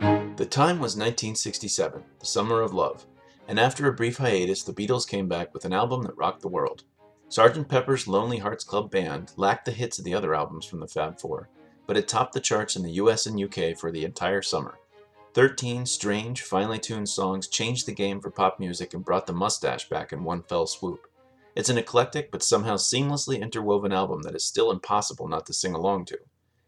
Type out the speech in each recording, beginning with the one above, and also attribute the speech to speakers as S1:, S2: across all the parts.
S1: time was 1967, the summer of love, and after a brief hiatus, the Beatles came back with an album that rocked the world. Sgt. Pepper's Lonely Hearts Club Band lacked the hits of the other albums from the Fab Four, but it topped the charts in the US and UK for the entire summer. 13 strange, finely tuned songs changed the game for pop music and brought the mustache back in one fell swoop. It's an eclectic but somehow seamlessly interwoven album that is still impossible not to sing along to.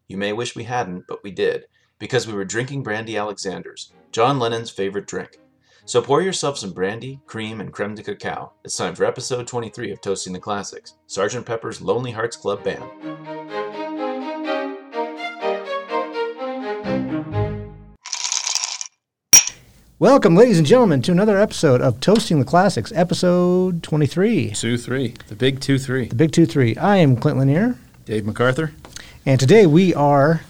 S1: You may wish we hadn't, but we did, because we were drinking Brandy Alexander's, John Lennon's favorite drink. So pour yourself some brandy, cream, and creme de cacao. It's time for episode 23 of Toasting the Classics, Sgt. Pepper's Lonely Hearts Club Band.
S2: Welcome, ladies and gentlemen, to another episode of Toasting the Classics, episode 23,
S3: Two three, the big two three.
S2: The Big Two Three. I am Clint Lanier,
S3: Dave MacArthur.
S2: and today we are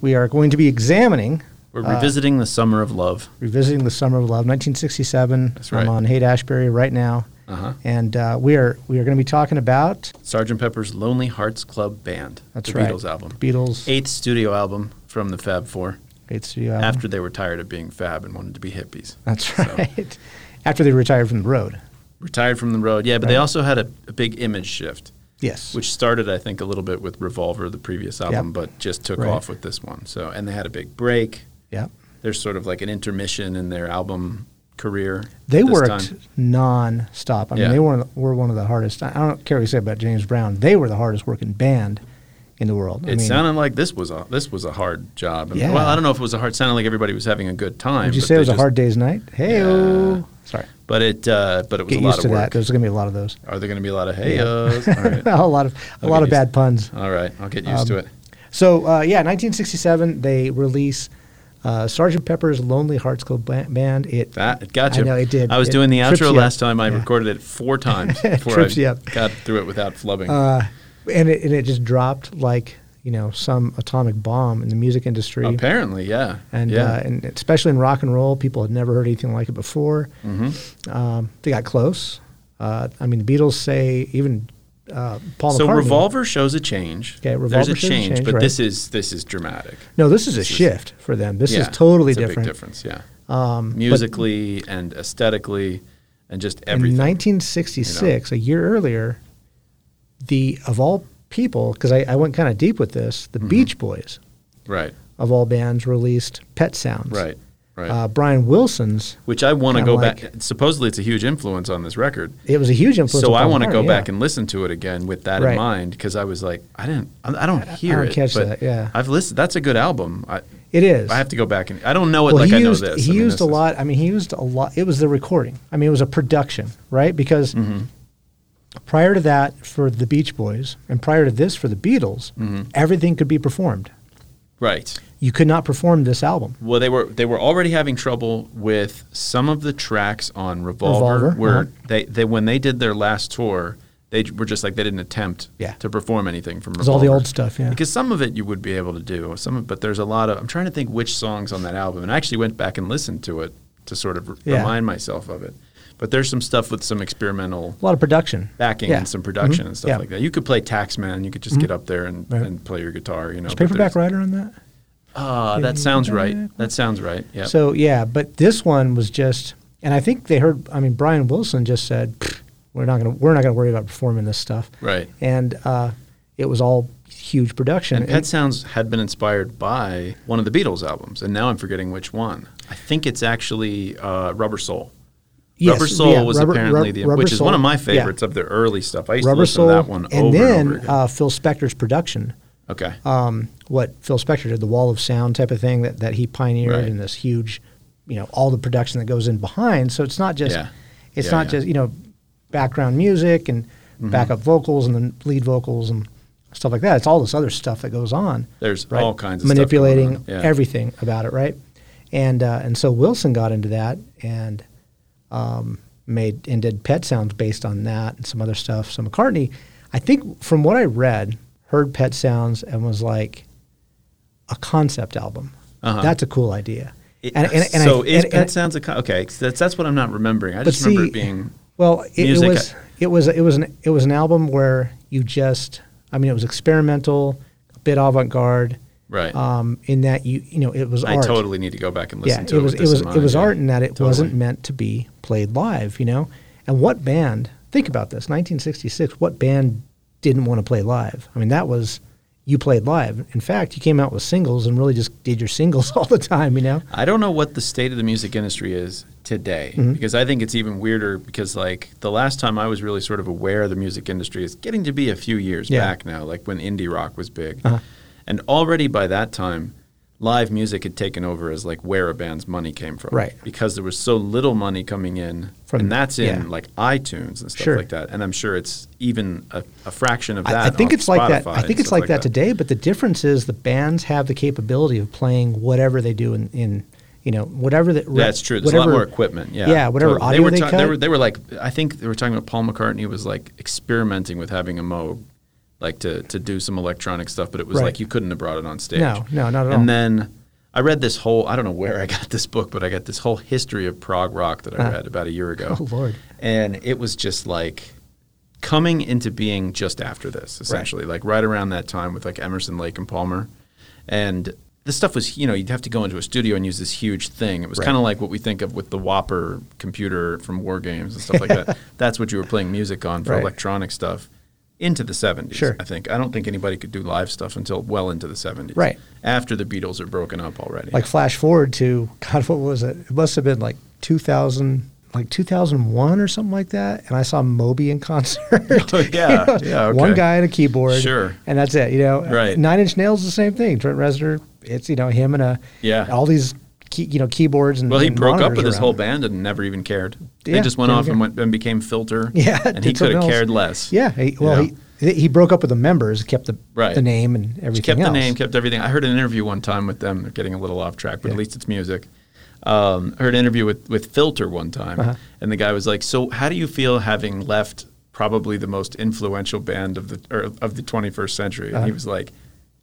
S2: we are going to be examining,
S3: We're revisiting the summer of love.
S2: revisiting the Summer of Love, 1967.
S3: That's right.
S2: I'm on Haight Ashbury right now,
S3: Uh-huh.
S2: and uh, we are we are going to be talking about
S3: Sgt. Pepper's Lonely Hearts Club Band.
S2: That's
S3: the
S2: right.
S3: Beatles album,
S2: Beatles.
S3: eighth studio album from the Fab Four.
S2: Great studio album.
S3: After they were tired of being Fab and wanted to be hippies,
S2: That's
S3: so.
S2: right. After they retired from the road.
S3: retired from the road. Yeah, but they
S2: Right.
S3: also had a, a big image shift,
S2: Yes.
S3: which started, I think, a little bit with Revolver, the previous album, but just took
S2: Right.
S3: off with this one. So, and they had a big break.
S2: yeah.
S3: There's sort of like an intermission in their album career.
S2: They
S3: this
S2: worked
S3: time.
S2: non-stop. I mean,
S3: Yeah.
S2: they were, were one of the hardest. I I don't care what you say about James Brown. They were the hardest working band in the world. I
S3: It
S2: mean,
S3: sounded like this was a this was a hard job. And-
S2: Yeah.
S3: Well, I don't know if it was a hard. Sounded like everybody was having a good time.
S2: Would you
S3: but
S2: say it
S3: they
S2: was a
S3: just-
S2: hard day's night? Hey,
S3: Yeah.
S2: sorry.
S3: But it uh, but it was
S2: Get
S3: a lot
S2: used to
S3: of work.
S2: that. There's going to be a lot of those.
S3: Are there going to be a lot of hey All right,
S2: a lot of a
S3: I'll
S2: lot
S3: get
S2: of
S3: used-
S2: bad puns.
S3: all right. I'll get used to
S2: Um,
S3: it.
S2: So uh, yeah, 1967 they release uh, Sergeant Pepper's Lonely Hearts Club Ba- Band. It
S3: That it got you.
S2: I know, it did.
S3: I was
S2: It
S3: doing the
S2: trips you
S3: outro
S2: up.
S3: last time. I
S2: Yeah.
S3: recorded it four times before I
S2: trips you up.
S3: got through it without flubbing.
S2: uh, and it and it just dropped like you know some atomic bomb in the music industry.
S3: Apparently, yeah,
S2: and
S3: yeah.
S2: uh, and especially in rock and roll, people had never heard anything like it before.
S3: Mm-hmm.
S2: Um, they got close. Uh, I mean, the Beatles say even uh, Paul
S3: so
S2: McCartney.
S3: revolver shows a change.
S2: Okay,
S3: There's
S2: Revolver
S3: a
S2: shows a
S3: change,
S2: change,
S3: but
S2: right.
S3: this is this is dramatic.
S2: No, this is a
S3: is-
S2: shift for them. This
S3: yeah,
S2: is totally
S3: it's a
S2: different. Um,
S3: Big difference, yeah. Musically and aesthetically, and just
S2: In
S3: everything.
S2: 1966, a year earlier, the of all people, because I, I went kind of deep with this,
S3: Mm-hmm.
S2: the Beach Boys
S3: Right,
S2: of all bands released Pet Sounds.
S3: right, right.
S2: Uh, Brian Wilson's.
S3: Which I want to
S2: kinda
S3: go back.
S2: like-
S3: Supposedly, it's a huge influence on this record.
S2: It was a huge influence.
S3: so
S2: on
S3: I
S2: Paul
S3: want to go
S2: McCartney,
S3: back
S2: yeah.
S3: and listen to it again with that
S2: Right.
S3: in mind because I was like, I didn't, I I don't hear
S2: don't
S3: it.
S2: catch
S3: but
S2: that, yeah.
S3: I've listened. That's a good album. I,
S2: It is.
S3: I have to go back and I don't know it
S2: well,
S3: like
S2: he
S3: I know
S2: used,
S3: this.
S2: He
S3: I mean,
S2: used
S3: this
S2: a
S3: is-
S2: lot. I mean, he used a lot. It was the recording. I mean, it was a production, right? Because
S3: Mm-hmm.
S2: prior to that, for the Beach Boys, and prior to this, for the Beatles,
S3: Mm-hmm.
S2: everything could be performed.
S3: Right.
S2: You could not perform this album.
S3: Well, they were they were already having trouble with some of the tracks on Revolver,
S2: Revolver,
S3: where
S2: uh-huh.
S3: they, they when they did their last tour, they j- were just like they didn't attempt
S2: Yeah.
S3: to perform anything from
S2: was
S3: Revolver.
S2: all the old stuff, yeah.
S3: Because some of it you would be able to do, some of, but there's a lot of I'm trying to think which songs on that album, and I actually went back and listened to it to sort of r-
S2: Yeah.
S3: remind myself of it. But there's some stuff with some experimental
S2: A lot of production.
S3: backing
S2: Yeah. Mm-hmm.
S3: and some production and stuff
S2: Yeah. Mm-hmm.
S3: like that. You could play Taxman, you could just get up there and,
S2: Right.
S3: and play your guitar, you know.
S2: Was
S3: but
S2: Paperback
S3: there's-
S2: Writer on that?
S3: Ah, that sounds right. That sounds right. Yeah.
S2: So yeah, but this one was just, and I think they heard. I mean, Brian Wilson just said, "Pfft, "We're not gonna, we're not gonna worry about performing this stuff."
S3: Right.
S2: And uh, it was all huge production.
S3: And Pet Sounds had been inspired by one of the Beatles albums, and now I'm forgetting which one. I think it's actually uh, Rubber Soul.
S2: Yes,
S3: Rubber Soul
S2: yeah,
S3: was
S2: Rubber-
S3: apparently
S2: Rub-
S3: the,
S2: Rubber
S3: which is one of
S2: Soul,
S3: my
S2: yeah.
S3: favorites of their early stuff. I used to
S2: Rubber
S3: listen
S2: Soul,
S3: to that one over
S2: and
S3: and,
S2: then
S3: over again.
S2: uh, Phil Spector's production.
S3: okay,
S2: Um, what Phil Spector did, the wall of sound type of thing that, that he pioneered,
S3: Right.
S2: and this huge, you know, all the production that goes in behind. So it's not just,
S3: Yeah.
S2: it's
S3: Yeah,
S2: not
S3: yeah. Mm-hmm.
S2: just you know, background music and backup vocals and then lead vocals and stuff like that. It's all this other stuff that goes on.
S3: There's all kinds of stuff
S2: manipulating
S3: going on. Yeah.
S2: everything about it, right? And uh, and so Wilson got into that and um, made and did Pet Sounds based on that and some other stuff. So McCartney, I think from what I read, heard Pet Sounds and was like, a concept album.
S3: Uh-huh.
S2: That's a cool idea.
S3: It-
S2: and, and, and
S3: so
S2: I,
S3: is
S2: and,
S3: Pet
S2: and-
S3: Sounds a co- okay? so That's that's what I'm not remembering. I
S2: but
S3: just remember
S2: see,
S3: it being
S2: well, it, it
S3: music-
S2: was it was it was an it was an album where you just I mean it was experimental, a bit avant garde,
S3: Right.
S2: Um, in that you you know it was
S3: I
S2: art.
S3: totally need to go back and listen
S2: yeah,
S3: to
S2: it was
S3: with
S2: it
S3: this
S2: was
S3: in
S2: it was
S3: mind,
S2: art
S3: yeah.
S2: in that it
S3: Totally.
S2: wasn't meant to be played live, you know. And what band? Think about this, 1966. What band didn't want to play live? I mean, that was you played live. In fact, you came out with singles and really just did your singles all the time, you know.
S3: I don't know what the state of the music industry is today
S2: Mm-hmm.
S3: because I think it's even weirder because like the last time I was really sort of aware of the music industry is getting to be a few years
S2: Yeah. Uh-huh.
S3: back now, like when indie rock was big. And already by that time, live music had taken over as like where a band's money came from.
S2: Right.
S3: Because there was so little money coming in.
S2: From-
S3: and that's in
S2: yeah.
S3: like iTunes and stuff
S2: Sure.
S3: like that. And I'm sure it's even a, a fraction of that.
S2: I, I think
S3: on
S2: it's like that.
S3: Spotify
S2: I
S3: and
S2: think it's
S3: stuff
S2: like, that, today. But the difference is the bands have the capability of playing whatever they do in, in you know whatever that.
S3: Yeah, it's true. There's
S2: whatever-
S3: a lot more equipment. Yeah,
S2: Yeah, whatever
S3: Totally.
S2: audio
S3: they were.
S2: they
S3: ta-
S2: cut.
S3: were, they were like, I think they were talking about Paul McCartney was like experimenting with having a Moog, like to to do some electronic stuff, but it was
S2: Right.
S3: like you couldn't have brought it on stage.
S2: No, no, not at all.
S3: And then I read this whole. I don't know where I got this book, but I got this whole history of prog rock that I read about a year ago.
S2: Oh, Lord.
S3: And it was just like coming into being just after this, essentially, like right around that time with like Emerson Lake and Palmer. And this stuff was, you know, you'd have to go into a studio and use this huge thing. It was kind of like what we think of with the Whopper computer from War Games and stuff like that. That's what you were playing music on for
S2: Right.
S3: electronic stuff into the 70s,
S2: Sure.
S3: I think. I don't think anybody could do live stuff until well into the 70s.
S2: Right.
S3: After the Beatles are broken up already.
S2: like flash forward to God, what was it? It must have been like 2000, like 2001 or something like that. And I saw Moby in concert.
S3: Oh, yeah,
S2: You know,
S3: yeah, okay.
S2: One guy and a keyboard.
S3: Sure.
S2: And that's it. You know,
S3: Right.
S2: Nine Inch Nails the same thing. Trent Reznor, it's you know him and a
S3: Yeah.
S2: all these key, you know keyboards and
S3: Well, he
S2: and
S3: broke up
S2: monitors
S3: with his
S2: around.
S3: whole band and never even cared.
S2: Yeah,
S3: they just went
S2: didn't
S3: off
S2: care.
S3: and went and became Filter.
S2: Yeah,
S3: and he
S2: did
S3: could
S2: something
S3: have
S2: else.
S3: cared less.
S2: Yeah. He,
S3: you
S2: well,
S3: know?
S2: he he broke up with the members, kept the
S3: Right.
S2: the name and
S3: He
S2: everything.
S3: kept the
S2: else.
S3: name, kept everything. I heard an interview one time with them. They're getting a little off track, but
S2: Yeah.
S3: at least it's music. Um, I heard an interview with with Filter one time,
S2: Uh-huh.
S3: and the guy was like, "So, how do you feel having left probably the most influential band of the or of the 21st century?" And
S2: Uh-huh.
S3: he was like.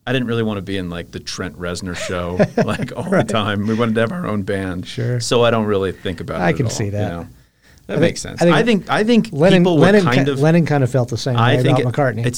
S3: I didn't really want to be in like the Trent Reznor show like all the time. We wanted to have our own band.
S2: Sure.
S3: So I don't really think about it.
S2: I
S3: at
S2: can
S3: all,
S2: see
S3: you
S2: that.
S3: know? That
S2: think-
S3: makes sense.
S2: I think-
S3: I think I think
S2: Lennon,
S3: people were
S2: Lennon,
S3: kind
S2: ki-
S3: of
S2: Lennon kind of felt the same
S3: I
S2: way
S3: think
S2: about
S3: it,
S2: McCartney.
S3: it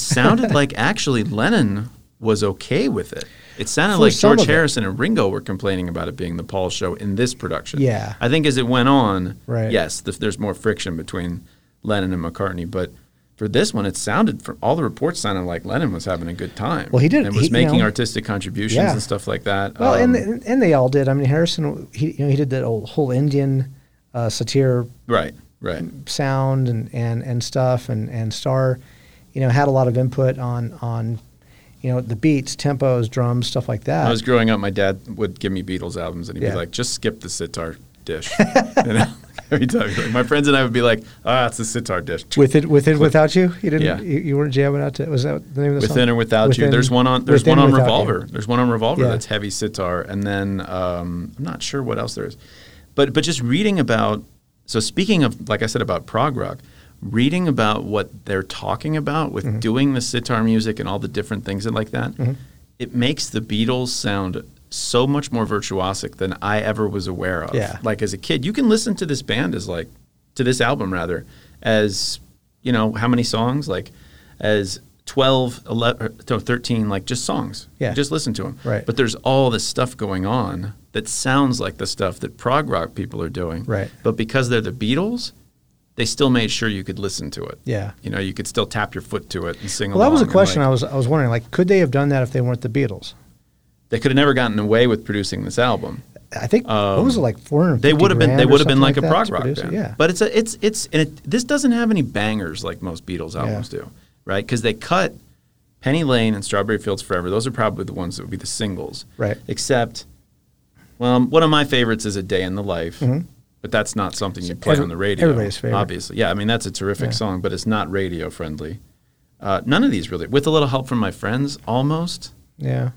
S3: sounded like actually Lennon was okay with it. It sounded
S2: For
S3: like
S2: some
S3: George
S2: of it.
S3: Harrison and Ringo were complaining about it being the Paul show in this production.
S2: Yeah.
S3: I think as it went on,
S2: Right.
S3: yes, th- there's more friction between Lennon and McCartney, but for this one, it sounded from all the reports sounded like Lennon was having a good time.
S2: Well, he didn't-
S3: and was
S2: he- you
S3: making
S2: know.
S3: artistic contributions
S2: Yeah.
S3: and stuff like that.
S2: Well,
S3: Um,
S2: and and they all did. I mean, Harrison, he you know he did that old, whole Indian uh, satire
S3: right, right,
S2: sound and, and, and stuff, and and Star, you know, had a lot of input on on, you know, the beats, tempos, drums, stuff like that.
S3: I was growing up, my dad would give me Beatles albums, and he'd
S2: Yeah.
S3: be like, "Just skip the sitar dish." you know? Every time, he'd be like, my friends and I would be like, "Ah, it's the sitar dish."
S2: with it, with it, without you, you didn't,
S3: Yeah.
S2: you, you weren't jamming out to. Was that the name of the song?
S3: Within or without you,
S2: Within-
S3: there's one on there's
S2: Within,
S3: one on
S2: Without You.
S3: revolver. There's one on revolver
S2: Yeah.
S3: that's heavy sitar, and then um, I'm not sure what else there is, but but just reading about. So speaking of, like I said about prog rock, reading about what they're talking about
S2: Mm-hmm.
S3: with doing the sitar music and all the different things and like that, it makes the Beatles sound so much more virtuosic than I ever was aware of.
S2: Yeah.
S3: Like as a kid, you can listen to this band as like to this album rather as you know how many songs like as 12 11 or 13 like just songs
S2: Yeah.
S3: just listen to them
S2: Right.
S3: but there's all this stuff going on that sounds like the stuff that prog rock people are doing
S2: Right.
S3: but because they're the beatles they still made sure you could listen to it
S2: Yeah.
S3: you know you could still tap your foot to it and sing
S2: Well, that was a
S3: along and,
S2: question
S3: like,
S2: I was I was wondering. Like, could they have done that if they weren't the Beatles?
S3: they could have never gotten away with producing this album
S2: I think what was it like four hundred?
S3: Um, They would have been. They would have been like, a prog rock
S2: producer.
S3: band.
S2: Yeah,
S3: But it's a. It's it's. And it, this doesn't have any bangers like most Beatles albums do, right? Because they cut Penny Lane and Strawberry Fields Forever. Those are probably the ones that would be the singles,
S2: Right.
S3: Except, well, one of my favorites is A Day in the Life. But that's not something you
S2: Mm-hmm.
S3: play
S2: every-
S3: on the radio.
S2: everybody's favorite.
S3: Obviously. Yeah, I mean, that's a terrific song, but it's not radio friendly. Uh, none of these really, with a little help from my friends, almost.
S2: yeah.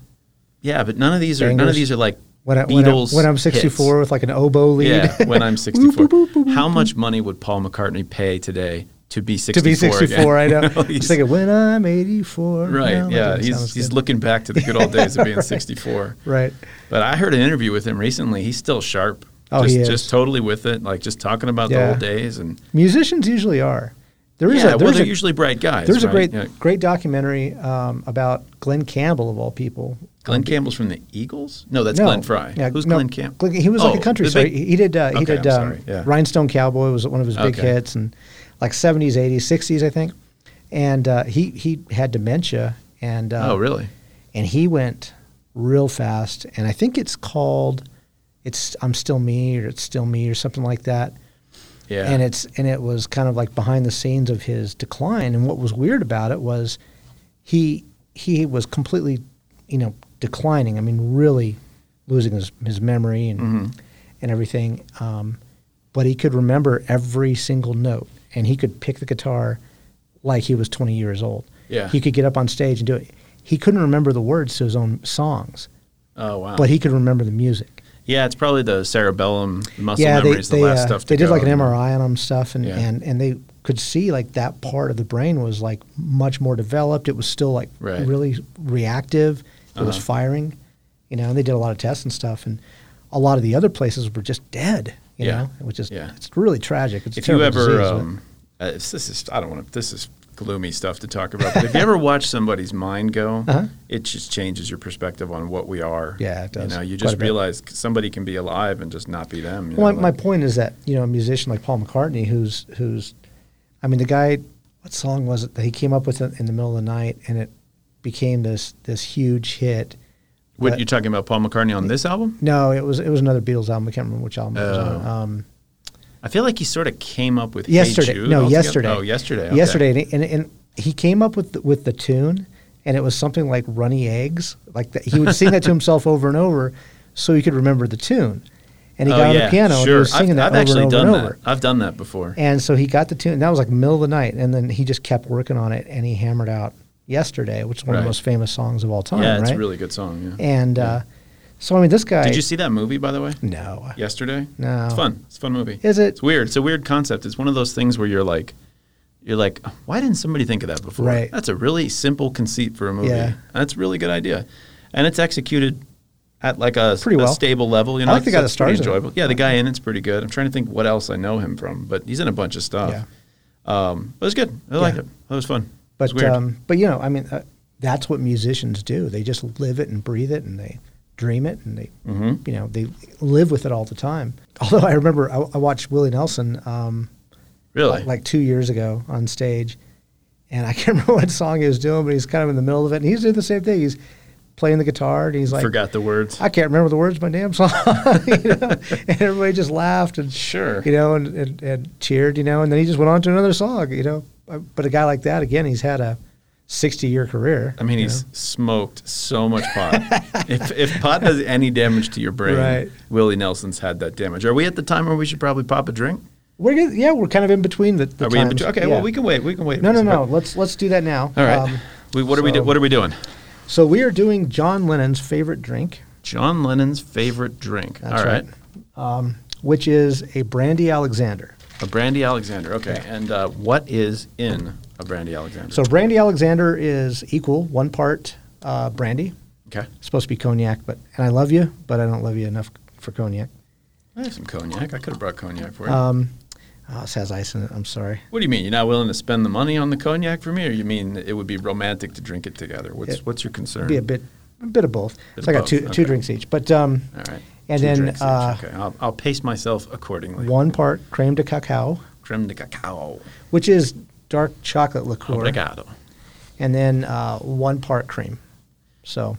S3: Yeah, but none of these are none of
S2: Bangers.
S3: these are like
S2: When, I, when, I,
S3: Beatles.
S2: when I'm
S3: hits.
S2: 64 with like an oboe lead.
S3: Yeah, when I'm 64. How much money would Paul McCartney pay today to be 64?
S2: to be 64, I
S3: again?
S2: know.
S3: You know,
S2: I'm
S3: he's-
S2: thinking, when I'm 84.
S3: right,
S2: now,"
S3: yeah.
S2: that
S3: He's,
S2: sounds
S3: he's
S2: good.
S3: looking back to the good old days of being 64.
S2: Right.
S3: But I heard an interview with him recently. He's still sharp.
S2: Oh,
S3: just,
S2: he is.
S3: just totally with it, like just talking about
S2: Yeah.
S3: the old days. And
S2: Musicians usually are. There is a,
S3: yeah, well,
S2: there's
S3: they're
S2: a,
S3: usually bright guys.
S2: there's a
S3: right?
S2: great
S3: Yeah.
S2: great documentary um, about Glenn Campbell, of all people,
S3: Glenn Campbell's from the Eagles? No, that's
S2: No.
S3: Glenn Fry.
S2: Yeah,
S3: Who's
S2: no,
S3: Glenn Campbell?
S2: Glenn- he was like
S3: Oh,
S2: a country
S3: the
S2: star.
S3: big-
S2: he, he did. Uh, he
S3: Okay,
S2: did. um,
S3: I'm sorry, yeah.
S2: Rhinestone Cowboy was one of his big
S3: Okay.
S2: hits, and like seventies, eighties, sixties, I think. And uh, he he had dementia, and uh,
S3: oh, really?
S2: and he went real fast. And I think it's called, it's I'm still me or it's still me or something like that.
S3: Yeah.
S2: And it's and it was kind of like behind the scenes of his decline. And what was weird about it was he he was completely, you know, declining. I mean, really losing his, his memory and
S3: Mm-hmm.
S2: and everything. Um, but he could remember every single note, and he could pick the guitar like he was 20 years old.
S3: Yeah.
S2: he could get up on stage and do it. He couldn't remember the words to his own songs,
S3: oh, wow.
S2: but he could remember the music.
S3: yeah, it's probably the cerebellum muscle
S2: yeah,
S3: memory is the last
S2: uh,
S3: stuff. To
S2: they did
S3: go.
S2: like an MRI on him stuff, and,
S3: Yeah.
S2: and and they could see like that part of the brain was like much more developed. It was still like
S3: Right. Uh-huh.
S2: really reactive. It was firing, you know. And they did a lot of tests and stuff, and a lot of the other places were just dead, you
S3: Yeah.
S2: know, which is
S3: Yeah.
S2: it's really tragic. It's a
S3: If you
S2: terrible
S3: ever,
S2: disease, but-
S3: um, uh, if this is, I don't want to, this is gloomy stuff to talk about, but if you ever watch somebody's mind go, it just changes your perspective on what we are.
S2: Uh-huh. Yeah, it does.
S3: You know, you
S2: Quite a
S3: just
S2: bit.
S3: realize somebody can be alive and just not be them. you
S2: Well,
S3: know,
S2: my
S3: like-
S2: point is that you know a musician like Paul McCartney, who's who's, I mean, the guy, what song was it that he came up with in, in the middle of the night, and it became this this huge hit.
S3: what, you're talking about Paul McCartney on this album?
S2: No, it was it was another Beatles album. I can't remember which album it was
S3: Oh,
S2: on. Um,
S3: I feel like he sort of came up with Hey
S2: yesterday,
S3: Jude
S2: no,
S3: altogether.
S2: yesterday.
S3: Oh, yesterday. okay.
S2: Yesterday, and, and and he came up with the, with the tune, and it was something like "Runny Eggs." Like that, he would sing that to himself over and over, so he could remember the tune. And he
S3: Oh,
S2: got on
S3: yeah,
S2: the piano and he
S3: sure.
S2: was singing
S3: I've,
S2: that
S3: I've
S2: over
S3: actually
S2: and over and
S3: done that.
S2: over.
S3: I've done that before.
S2: And so he got the tune. That was like middle of the night, and then he just kept working on it, and he hammered out "Yesterday," which is one of
S3: Right.
S2: the most famous songs of all time.
S3: yeah, it's
S2: right?
S3: a really good song. Yeah.
S2: And uh, so I mean, this guy.
S3: Did you see that movie, by the way?
S2: No.
S3: Yesterday.
S2: No.
S3: It's fun. It's a fun movie.
S2: Is it?
S3: It's weird. It's a weird concept. It's one of those things where you're like, you're like, why didn't somebody think of that before?
S2: Right.
S3: That's a really simple conceit for a movie.
S2: Yeah.
S3: That's a really good idea, and it's executed at like a,
S2: Pretty
S3: a
S2: well.
S3: stable level. You know,
S2: like the
S3: it's-
S2: guy that
S3: it's pretty
S2: stars in it.
S3: enjoyable. Yeah, the guy in it's pretty good. I'm trying to think what else I know him from, but he's in a bunch of stuff.
S2: Yeah.
S3: Um, but it was good. I liked it. It was fun. It was
S2: But
S3: weird.
S2: um, but you know, I mean, uh, that's what musicians do. They just live it and breathe it, and they dream it, and they
S3: Mm-hmm.
S2: you know they live with it all the time. Although I remember I, I watched Willie Nelson um,
S3: really,
S2: like two years ago on stage, and I can't remember what song he was doing, but he's kind of in the middle of it, and he's doing the same thing. He's playing the guitar, and he's like,
S3: forgot the words.
S2: I can't remember the words of my damn song. you know? And everybody just laughed and
S3: Sure.
S2: you know, and, and, and cheered, you know, and then he just went on to another song, you know. Uh, But a guy like that, again, he's had a 60 year career.
S3: I mean, he's smoked so much pot. if, if pot does any damage to your brain,
S2: Right.
S3: Willie Nelson's had that damage. Are we at the time where we should probably pop a drink?
S2: We're good- yeah, we're kind of in between the, the
S3: Are we in
S2: times.
S3: between? Okay,
S2: Yeah.
S3: well, we can wait. We can wait.
S2: No,
S3: for
S2: no,
S3: some-
S2: no. Let's let's do that now.
S3: All right.
S2: Um,
S3: we, what are we?
S2: so-
S3: Do, what are we doing?
S2: so we are doing John Lennon's favorite drink,
S3: John Lennon's favorite drink.
S2: That's
S3: All right.
S2: right. which is a brandy Alexander.
S3: a brandy Alexander. Okay, and uh, what is in a brandy Alexander?
S2: So brandy Alexander is equal one part uh, brandy.
S3: okay,
S2: It's supposed to be cognac, but and I love you, but I don't love you enough for cognac.
S3: I have some cognac. I could have brought cognac for you.
S2: Oh, this has ice in it. I'm sorry.
S3: what do you mean? You're not willing to spend the money on the cognac for me, or you mean it would be romantic to drink it together? What's What's your concern?
S2: Be a bit, a bit of both.
S3: Bit
S2: so
S3: of
S2: I got two,
S3: both,
S2: two
S3: okay.
S2: drinks each. But um,
S3: All right.
S2: and
S3: Two
S2: then
S3: drinks each.
S2: uh,
S3: okay, I'll, I'll pace myself accordingly.
S2: one part creme de cacao,
S3: Creme de cacao.
S2: which is dark
S3: Oh,
S2: chocolate liqueur,
S3: Obrigado.
S2: and then uh, one part cream. So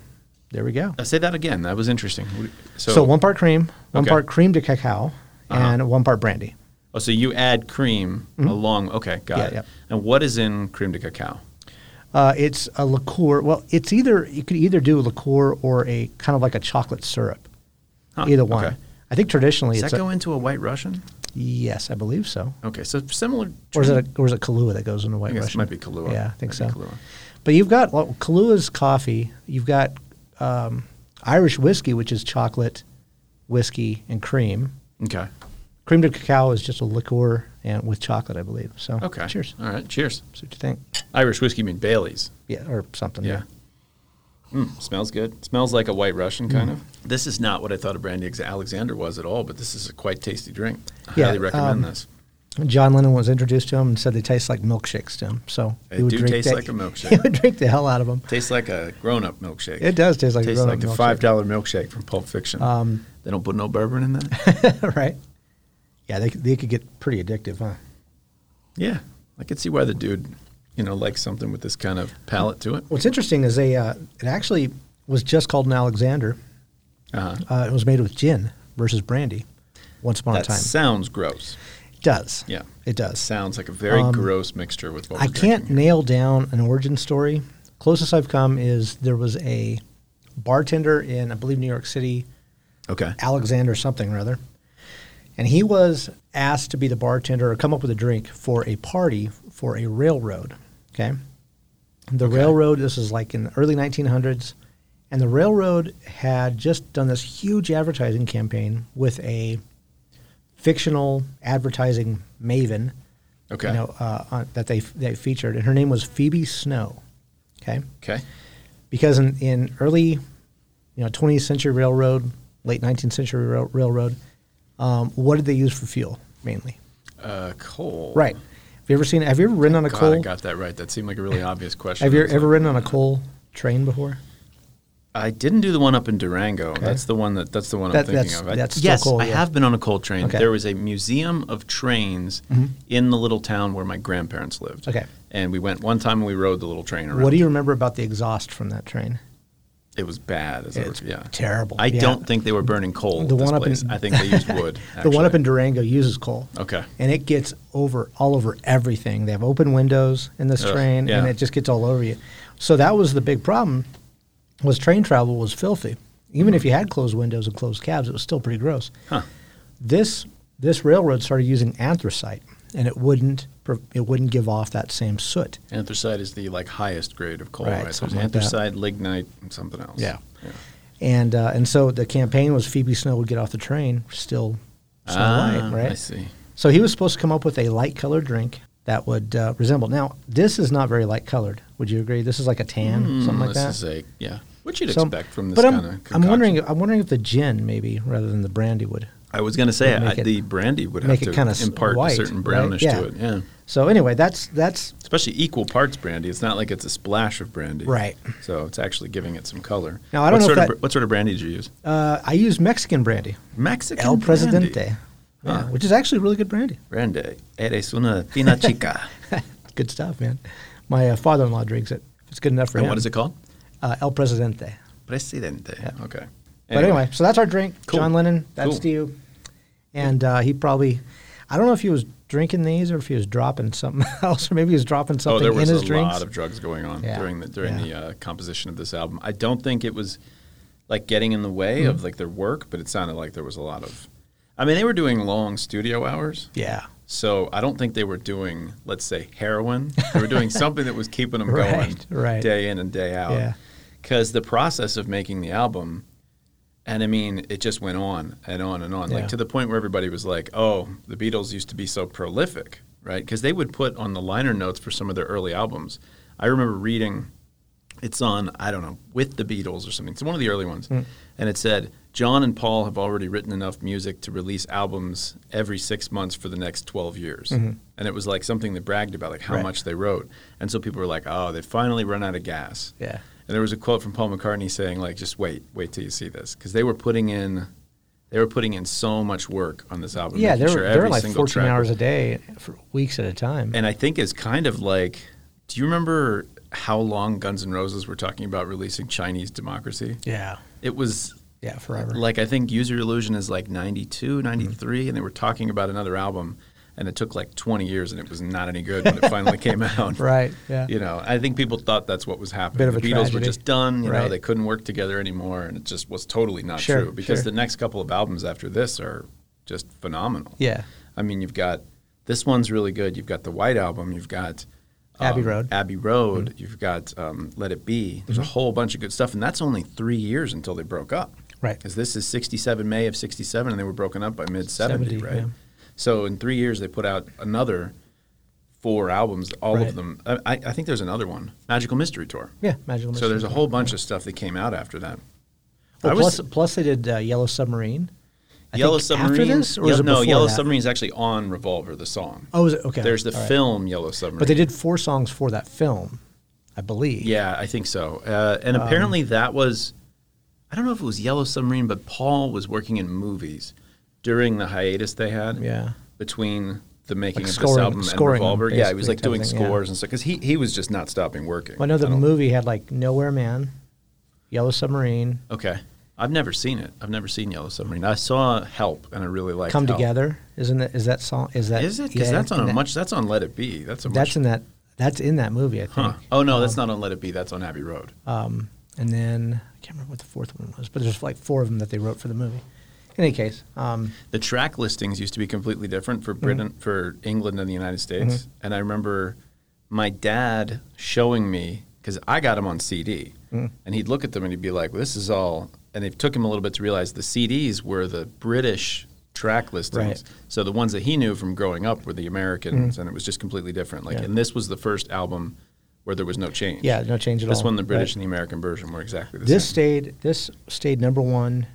S2: there we go.
S3: Uh, say that again. That was interesting. What- So,
S2: So, one part cream, one
S3: Okay. Uh-huh.
S2: part creme de cacao, and one part brandy.
S3: oh, so you add cream along. Okay, got
S2: Mm-hmm. Yeah,
S3: it.
S2: yeah.
S3: And what is in creme de cacao?
S2: Uh, it's a liqueur. Well, it's either you could either do a liqueur or a kind of like a chocolate syrup.
S3: Huh,
S2: either one.
S3: okay.
S2: I think traditionally
S3: Does
S2: it's
S3: that go
S2: a,
S3: into a white Russian?
S2: yes, I believe so.
S3: Okay, so similar.
S2: Or is it a, or is it Kahlua that goes in the White
S3: I guess it
S2: Russian?
S3: might be Kahlua.
S2: Yeah, I think
S3: Might be
S2: so.
S3: Kahlua.
S2: But you've got well, Kahlua's coffee. You've got um, Irish whiskey, which is chocolate, whiskey, and cream.
S3: Okay.
S2: Cream de cacao is just a liqueur and with chocolate, I believe. So
S3: Okay.
S2: cheers.
S3: All right. Cheers.
S2: See what you think.
S3: Irish whiskey mean Bailey's.
S2: Yeah, or something.
S3: Yeah. Mm, smells good. Smells like a white Russian kind of. Mm-hmm. This is not what I thought a brandy Ex- Alexander was at all, but this is a quite tasty drink. I
S2: Yeah,
S3: highly recommend
S2: um,
S3: this.
S2: John Lennon was introduced to him and said they taste like milkshakes to him. So
S3: They do taste like a
S2: He
S3: milkshake.
S2: would drink the hell out of them.
S3: Tastes like a grown-up milkshake.
S2: It does taste like a
S3: Tastes
S2: grown-up
S3: like the
S2: milkshake.
S3: five dollar milkshake from Pulp Fiction.
S2: Um,
S3: they don't put no bourbon in that.
S2: right? Yeah, they, they could get pretty addictive, huh?
S3: yeah, I could see why the dude, you know, likes something with this kind of palate to it.
S2: What's interesting is they uh, it actually was just called an Alexander.
S3: Uh-huh.
S2: Uh, it was made with gin versus brandy. Once upon
S3: That
S2: a time,
S3: sounds gross.
S2: it does.
S3: Yeah,
S2: it does.
S3: sounds like a very gross mixture with what
S2: Um, I
S3: we're drinking
S2: can't
S3: here.
S2: nail down an origin story. Closest I've come is there was a bartender in, I believe, New York City,
S3: Okay.
S2: Alexander something or other. And he was asked to be the bartender or come up with a drink for a party for a railroad. Okay. The railroad, this is like in the early 1900s. And the railroad had just done this huge advertising campaign with a fictional advertising maven
S3: Okay.
S2: you know, uh, on, that they they featured, and her name was Phoebe Snow. Okay,
S3: Okay.
S2: because in, in early, you know, 20th century railroad, late 19th century rail, railroad, um, what did they use for fuel mainly?
S3: Uh, coal.
S2: Right. Have you ever seen? Have you ever ridden on a
S3: God, I
S2: coal?
S3: got that right. That seemed like a really obvious question.
S2: Have you
S3: I was
S2: ever
S3: like,
S2: ridden on a coal train before?
S3: I didn't do the one up in Durango. That's the one that that's the one
S2: That-
S3: I'm thinking
S2: that's-
S3: of. I-
S2: that's still
S3: yes,
S2: coal,
S3: I
S2: yeah.
S3: have been on a coal train.
S2: Okay. Mm-hmm.
S3: There was a museum of trains in the little town where my grandparents lived.
S2: Okay.
S3: And we went one time and we rode the little train around.
S2: What do you remember about the exhaust from that train?
S3: It was bad. As I
S2: It's
S3: re- yeah.
S2: terrible.
S3: I
S2: Yeah.
S3: don't think they were burning coal.
S2: The
S3: at this
S2: one up in-
S3: place. I think they used wood.
S2: The one up
S3: actually.
S2: in Durango uses coal.
S3: Okay.
S2: And it gets over all over everything. They have open windows in this
S3: Ugh,
S2: train,
S3: yeah.
S2: and it just gets all over you. So that was the big problem. Was train travel was filthy. Even if you had closed windows and closed cabs, it was still pretty gross.
S3: Hmm. Huh.
S2: This this railroad started using anthracite, and it wouldn't pro- it wouldn't give off that same soot.
S3: Anthracite is the like highest grade of coal,
S2: Right,
S3: right? So
S2: something
S3: there's
S2: like that.
S3: anthracite, lignite, and something else.
S2: Yeah. And uh, and so the campaign was Phoebe Snow would get off the train still Snow
S3: Ah,
S2: White, right?
S3: I see.
S2: So he was supposed to come up with a light colored drink that would uh, resemble. Now, this is not very light colored. Would you agree? This is like a tan, something like
S3: Hmm, this
S2: that.
S3: is a yeah. What you'd
S2: So-
S3: expect from this
S2: but
S3: kind of
S2: I'm, I'm wondering. I'm wondering if the gin, maybe rather than the brandy, would.
S3: I was going to say
S2: Would
S3: I,
S2: make it-
S3: the brandy would have
S2: make it
S3: to
S2: kinda s-
S3: impart
S2: white,
S3: a certain
S2: right?
S3: brownish
S2: Yeah.
S3: to it. Yeah,
S2: So anyway, that's that's
S3: especially equal parts brandy. It's not like it's a splash of brandy,
S2: Right.
S3: So it's actually giving it some color.
S2: Now, I don't
S3: what
S2: know if
S3: sort
S2: that-
S3: of, br- what sort of brandy did you use?
S2: uh, I use Mexican brandy,
S3: Mexican
S2: El Presidente,
S3: brandy.
S2: Yeah,
S3: Huh.
S2: which is actually really good brandy.
S3: Brandy, eres una fina chica.
S2: Good stuff, man. My uh, father-in-law drinks it. If It's good enough for
S3: and
S2: him.
S3: what is it called?
S2: Uh, El Presidente.
S3: Presidente. Okay.
S2: But anyway, so that's our drink.
S3: Cool.
S2: John Lennon, that's
S3: Cool.
S2: to you. And uh, he probably, I don't know if he was drinking these or if he was dropping something else, or maybe he was dropping
S3: Oh,
S2: something
S3: there was
S2: in
S3: a
S2: his drinks.
S3: lot of drugs going on
S2: Yeah.
S3: during the during
S2: Yeah.
S3: the uh, composition of this album. I don't think it was like getting in the way
S2: Mm-hmm.
S3: of like their work, but it sounded like there was a lot of. I mean, they were doing long studio hours,
S2: yeah.
S3: so I don't think they were doing, let's say, heroin. They were doing something that was keeping them
S2: Right,
S3: going
S2: right.
S3: day in and day out.
S2: Yeah.
S3: Because the process of making the album, and I mean, it just went on and on and on,
S2: Yeah.
S3: like to the point where everybody was like, "Oh, the Beatles used to be so prolific, right?" Because they would put on the liner notes for some of their early albums. I remember reading, it's on I don't know with the Beatles or something. It's one of the early ones,
S2: Hmm.
S3: and it said John and Paul have already written enough music to release albums every six months for the next twelve years, and it was like something that bragged about like how
S2: Mm-hmm. Right.
S3: much they wrote, and so people were like, "Oh, they finally run out of gas."
S2: Yeah.
S3: And there was a quote from Paul McCartney saying, like, just wait, wait till you see this, because they were putting in, they were putting in so much work on this album.
S2: Yeah,
S3: making
S2: they're,
S3: sure
S2: they're
S3: every
S2: like
S3: single
S2: 14
S3: track
S2: hours
S3: was-
S2: a day for weeks at a time.
S3: And I think it's kind of like, do you remember how long Guns N' Roses were talking about releasing Chinese Democracy?
S2: yeah.
S3: It was
S2: Yeah, forever.
S3: like I think User Illusion is like 92,
S2: Mm-hmm.
S3: 93, and they were talking about another album, and it took like 20 years, and it was not any good when it finally came out.
S2: Right, yeah.
S3: You know, I think people thought that's what was
S2: Bit
S3: happening.
S2: of a
S3: the Beatles were
S2: tragedy.
S3: just done. You know,
S2: Right.
S3: they couldn't work together anymore, and it just was totally not
S2: Sure,
S3: true because
S2: sure.
S3: the next couple of albums after this are just phenomenal.
S2: Yeah.
S3: I mean, you've got this one's really good. You've got the White Album. You've got um,
S2: Abbey Road.
S3: Abbey Road.
S2: Mm-hmm.
S3: You've got um, Let It Be. There's a whole bunch of good stuff, and that's only three years until they broke up.
S2: Right.
S3: Because this is 67 May of 67, and they were broken up by mid 70,
S2: 70,
S3: right?
S2: yeah.
S3: So in three years, they put out another four albums, all
S2: Right.
S3: of them. I, I I think there's another one, Magical Mystery Tour.
S2: yeah, Magical
S3: So
S2: Mystery.
S3: there's a whole bunch of stuff that came out after that.
S2: Well,
S3: I was-
S2: plus, plus they did uh, Yellow Submarine. I I
S3: Yellow
S2: think after
S3: Submarine.
S2: this, or is
S3: Yel-
S2: it
S3: no,
S2: before
S3: Yellow
S2: that?
S3: Submarine is actually on Revolver, the song.
S2: Oh, is it? Okay.
S3: There's the
S2: All right.
S3: film Yellow Submarine.
S2: But they did four songs for that film, I believe.
S3: Yeah, I think so. Uh,
S2: Um,
S3: and apparently that was, I don't know if it was Yellow Submarine, but Paul was working in movies during the hiatus they had.
S2: Yeah.
S3: Between the making
S2: Like
S3: of
S2: scoring-
S3: this album and
S2: scoring them,
S3: Revolver. Yeah, he was
S2: basically,
S3: like doing
S2: type thing, yeah.
S3: scores and stuff because he, he was just not stopping working.
S2: Well, I know the
S3: don't-
S2: movie had like Nowhere Man, Yellow Submarine,
S3: Okay. I've never seen it. I've never seen Yellow Submarine. I saw Help and I really liked
S2: Come
S3: Help.
S2: Together. Isn't that is that song? Is that
S3: Is it? Because
S2: yeah,
S3: that's on
S2: in
S3: a
S2: that-
S3: much, that's on Let It Be. That's a much.
S2: That's in that. That's in that movie, I think.
S3: huh. Oh, no, that's not on Let It Be. That's on Abbey Road.
S2: Um, and then I can't remember what the fourth one was, but there's like four of them that they wrote for the movie. In any case, um,
S3: the track listings used to be completely different for Britain,
S2: Mm-hmm.
S3: for England and the United States. And I remember my dad showing me because I got them on CD,
S2: Mm.
S3: and he'd look at them and he'd be like, well, "This is all." And it took him a little bit to realize the CDs were the British track listings.
S2: Right. Mm-hmm.
S3: So the ones that he knew from growing up were the Americans, and it was just completely different. Like, and this was the first album where there was no change.
S2: yeah, no change at all.
S3: This one, the British
S2: Right.
S3: and the American version were exactly the
S2: This
S3: same.
S2: stayed this stayed number one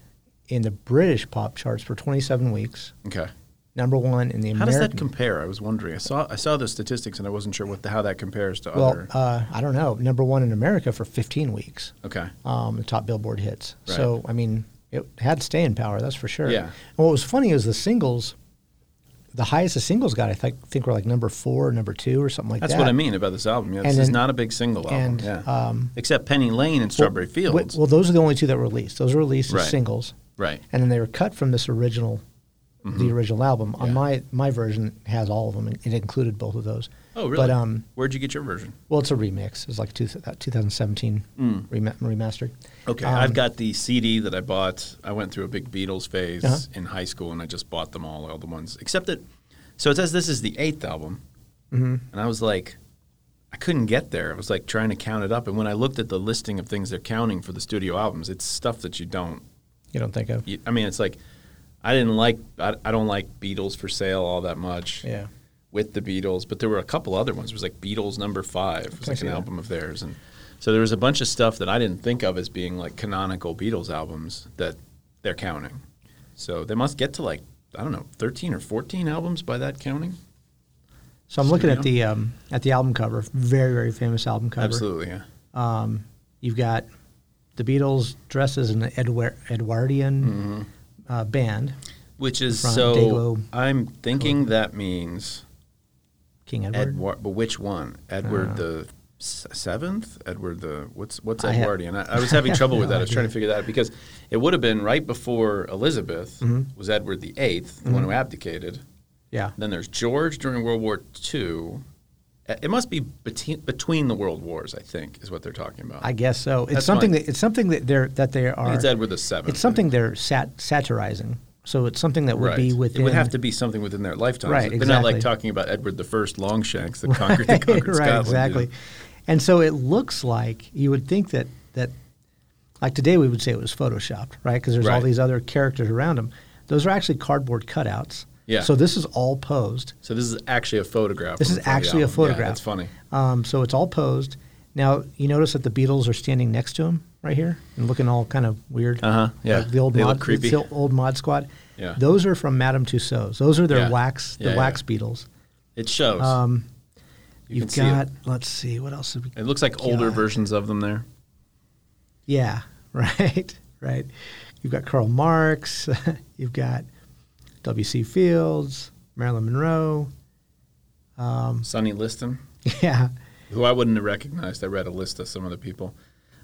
S2: in the British pop charts for 27 weeks.
S3: Okay.
S2: Number one in the
S3: How
S2: American.
S3: does that compare? I was wondering. I saw I saw those statistics and I wasn't sure what the, how that compares to
S2: Well,
S3: other.
S2: uh, I don't know. Number one in America for 15 weeks.
S3: okay.
S2: um, the top Billboard hits. So I mean, it had staying power, that's for sure.
S3: Yeah.
S2: And what was funny is the singles, the highest the singles got, I think, think were like number four, or number two, or something like
S3: That's
S2: that.
S3: what I mean about this album. Yeah, this
S2: And
S3: is
S2: then-
S3: not a big single album.
S2: and, um,
S3: yeah. Except Penny Lane and Strawberry
S2: Well,
S3: Fields.
S2: well, those are the only two that were released. Those were released
S3: Right.
S2: as singles,
S3: right. Mm-hmm.
S2: and then they were cut from this original, the original album. On
S3: Yeah.
S2: my my version has all of them, and it included both of those.
S3: Oh, really?
S2: But um,
S3: Where'd you get your version?
S2: well, it's a remix. It's like two, uh, 2017
S3: Mm.
S2: rema- remastered.
S3: Okay,
S2: Um,
S3: I've got the CD that I bought. I went through a big Beatles phase
S2: Uh-huh.
S3: in high school, and I just bought them all, all the ones. Except that, so it says this is the eighth album,
S2: Mm-hmm.
S3: and I was like, I couldn't get there. I was like trying to count it up, and when I looked at the listing of things they're counting for the studio albums, it's stuff that you don't
S2: You don't think of?
S3: you- I mean, it's like I didn't like I, I don't like Beatles for sale all that much.
S2: Yeah.
S3: With the Beatles, but there were a couple other ones. There was like Beatles number five, it was
S2: I
S3: like
S2: see
S3: an
S2: that.
S3: album of theirs, and so there was a bunch of stuff that I didn't think of as being like canonical Beatles albums that they're counting. So they must get to like I don't know, thirteen or fourteen albums by that counting.
S2: So I'm looking at the um, at the album cover, very very famous album cover.
S3: Absolutely, yeah.
S2: You've got the Beatles dressed as an Edwar- Edwardian
S3: Mm-hmm.
S2: uh, band,
S3: Which is
S2: Front,
S3: so.
S2: Dayglow.
S3: I'm thinking that means
S2: King Edward.
S3: Edward, but which one? Edward the s- seventh? Edward the what's what's
S2: Uh. I ha-
S3: Edwardian? I, I was having trouble with
S2: no
S3: that. I was trying to figure that out because it would have been right before Elizabeth
S2: Mm-hmm.
S3: was Edward the 8th the one who abdicated.
S2: Yeah,
S3: Then there's George during World War II. Uh, It must be between, between the world wars, I think, is what they're talking about.
S2: I guess so. It's
S3: That's
S2: something
S3: fine.
S2: that it's something that they're that they are.
S3: it's Edward the seventh.
S2: It's something they're sat- satirizing. So it's something that would
S3: Right.
S2: be within.
S3: It would have to be something within their lifetime.
S2: Right,
S3: They're not like
S2: exactly.
S3: talking about Edward the First Longshanks that conquered, that
S2: right,
S3: conquered Scotland. you know?
S2: exactly. And so it looks like you would think that that like today we would say it was photoshopped, right? Because there's all
S3: Right.
S2: these other characters around them. Those are actually cardboard cutouts.
S3: Yeah.
S2: So this is all posed.
S3: So this is actually a photograph.
S2: This
S3: from
S2: is
S3: the front of the
S2: actually a
S3: album. Yeah,
S2: photograph.
S3: that's funny.
S2: Um, so it's all posed. Now you notice that the Beatles are standing next to him right here and looking all kind of weird.
S3: Uh-huh, yeah.
S2: Like the old
S3: They
S2: mod,
S3: look creepy.
S2: The old mod squad.
S3: Yeah.
S2: Those are from Madame Tussauds. Those are their
S3: Yeah.
S2: wax, the
S3: Yeah,
S2: wax
S3: yeah.
S2: Beatles.
S3: It shows.
S2: Um,
S3: You
S2: have
S3: can see it.
S2: got. Let's see. What else have we?
S3: it looks like older
S2: God.
S3: versions of them there.
S2: Yeah. Right. Right. You've got Karl Marx. you've got W.C. Fields, Marilyn Monroe.
S3: Sonny Liston,
S2: Yeah.
S3: who I wouldn't have recognized. I read a list of some of the people.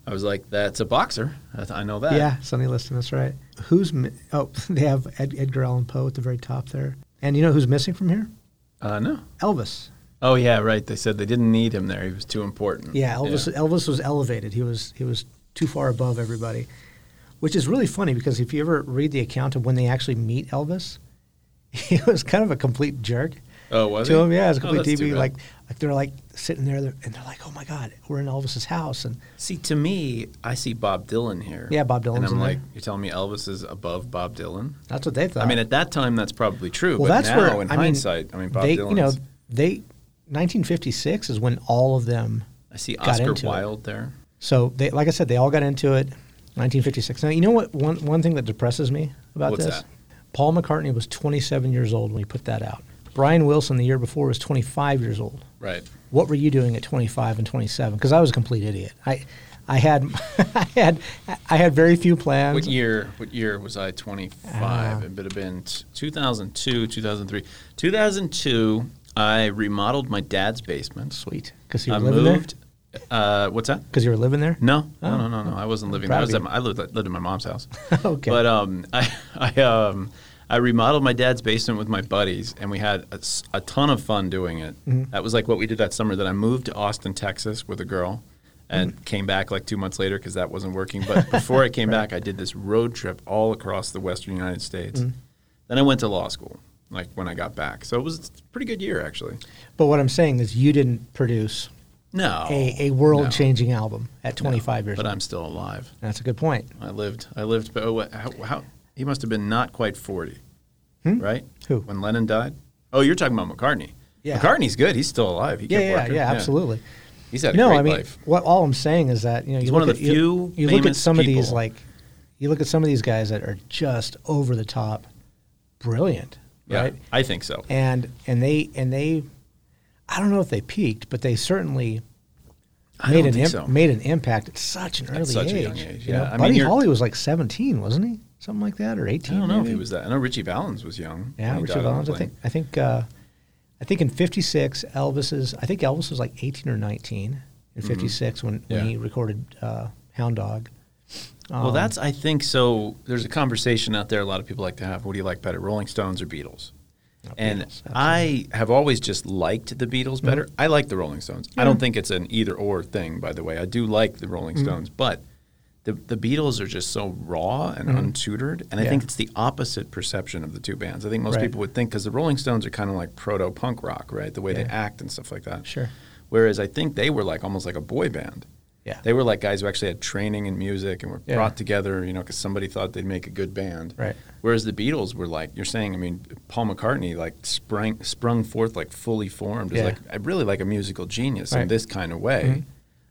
S3: I was like, that's a boxer. I, th- I know that.
S2: Yeah, Sonny Liston. That's right. Who's mi- oh they have Ed, Edgar Allan Poe at the very top there, and you know who's missing from here?
S3: Uh, no.
S2: Elvis.
S3: Oh, yeah, right. They said they didn't need him there. He was too important.
S2: Yeah, Elvis. Elvis was elevated. He was he was too far above everybody, which is really funny because if you ever read the account of when they actually meet Elvis, he was kind of a complete jerk.
S3: Oh, was
S2: to
S3: he?
S2: him, yeah, it's
S3: Oh,
S2: complete
S3: that's too
S2: DB.
S3: bad.
S2: Like like they're like sitting there they're- and they're like, oh my god, we're in Elvis's house, and
S3: See, to me, I see Bob Dylan here.
S2: Yeah, Bob Dylan's
S3: And I'm
S2: in there.
S3: like, you're telling me Elvis is above Bob Dylan?
S2: that's what they thought.
S3: I mean, at that time, that's probably true.
S2: Well,
S3: but
S2: that's
S3: now,
S2: where
S3: in
S2: I mean,
S3: hindsight, I mean, Bob
S2: they,
S3: Dylan.
S2: You know, they 1956 is when all of them.
S3: I see
S2: got
S3: Oscar
S2: into it.
S3: Wilde there.
S2: So they, like I said, they all got into it. 1956. Now you know what? One one thing that depresses me about
S3: What's
S2: this.
S3: that?
S2: Paul McCartney was 27 years old when he put that out. Brian Wilson the year before was 25 years old.
S3: Right.
S2: What were you doing at 25 and 27? Because I was a complete idiot. I, I had, I had, I had very few plans.
S3: What year? What year was I 25?
S2: Uh-huh.
S3: it would have been t- 2002, 2003, 2002. I remodeled my dad's basement.
S2: Sweet, because you
S3: I
S2: were living there.
S3: moved. Uh, what's that?
S2: Because you were living there.
S3: No, no, no, no, no. I wasn't living. There.
S2: proud
S3: I
S2: of
S3: was
S2: you.
S3: at my, I lived, lived in my mom's house.
S2: Okay.
S3: But um, I, I um, I remodeled my dad's basement with my buddies, and we had a, s- a ton of fun doing it. That was like what we did that summer. That I moved to Austin, Texas, with a girl, and came back like two months later because that wasn't working. But before I came back, I did this road trip all across the Western United States. Then I went to law school. Like when I got back, so it was a pretty good year actually.
S2: But what I'm saying is, you didn't produce
S3: No,
S2: a, a
S3: no.
S2: world-changing album at 25 years.
S3: but
S2: old.
S3: I'm still alive.
S2: That's a good point.
S3: I lived. I lived. But oh, what, how, how? He must have been not quite forty, right?
S2: Hmm? Who?
S3: When Lennon died? Oh, you're talking about McCartney.
S2: Yeah.
S3: McCartney's good. He's still alive. He
S2: Yeah,
S3: kept
S2: yeah,
S3: working.
S2: yeah, absolutely.
S3: He's had a
S2: no,
S3: great
S2: I mean,
S3: life.
S2: what all I'm saying is that you know, you
S3: He's
S2: look
S3: one
S2: at,
S3: of the
S2: you-
S3: few
S2: you, look at
S3: famous
S2: some of these
S3: people.
S2: like, you look at some of these guys that are just over the top, brilliant,
S3: Yeah,
S2: right?
S3: I think so.
S2: And and they and they, I don't know if they peaked, but they certainly
S3: I
S2: made
S3: don't
S2: an
S3: think
S2: imp-
S3: so.
S2: made an impact at such an early
S3: such a
S2: age.
S3: young age,
S2: you know?
S3: yeah. I mean,
S2: Buddy
S3: you're-
S2: Holly was like 17, wasn't he? Something like that, or 18?
S3: I don't know if he
S2: maybe?
S3: was that. I know Richie Valens was young. when
S2: Yeah,
S3: he
S2: Richard
S3: died on the
S2: Valens. I
S3: plane.
S2: think I think uh, I think in '56, Elvis's. I think Elvis was like 18 or 19 in '56 when,
S3: Mm-hmm. Yeah.
S2: when he recorded uh, "Hound Dog." Um,
S3: well, that's I think so. There's a conversation out there. A lot of people like to have. What do you like better, Rolling Stones or Beatles? and
S2: Oh, Beatles, Mm-hmm.
S3: I have always just liked the Beatles better. I like the Rolling Stones. I don't think it's an either or thing, by the way. I do like the Rolling
S2: Mm-hmm.
S3: Stones, but the, the Beatles are just so raw and untutored. And I
S2: Mm-hmm. Yeah.
S3: think it's the opposite perception of the two bands. I think most
S2: Right.
S3: people would think because the Rolling Stones are kind of like proto punk rock, right? The way they act and stuff like that.
S2: Sure.
S3: Whereas I think they were like almost like a boy band.
S2: Yeah.
S3: They were like guys who actually had training in music and were
S2: Yeah.
S3: brought together, you know, because somebody thought they'd make a good band.
S2: Right.
S3: Whereas the Beatles were like, you're saying, I mean, Paul McCartney like sprang sprung forth like fully formed as
S2: Yeah.
S3: like I really like a musical genius in
S2: Right. Mm-hmm.
S3: this kind of way.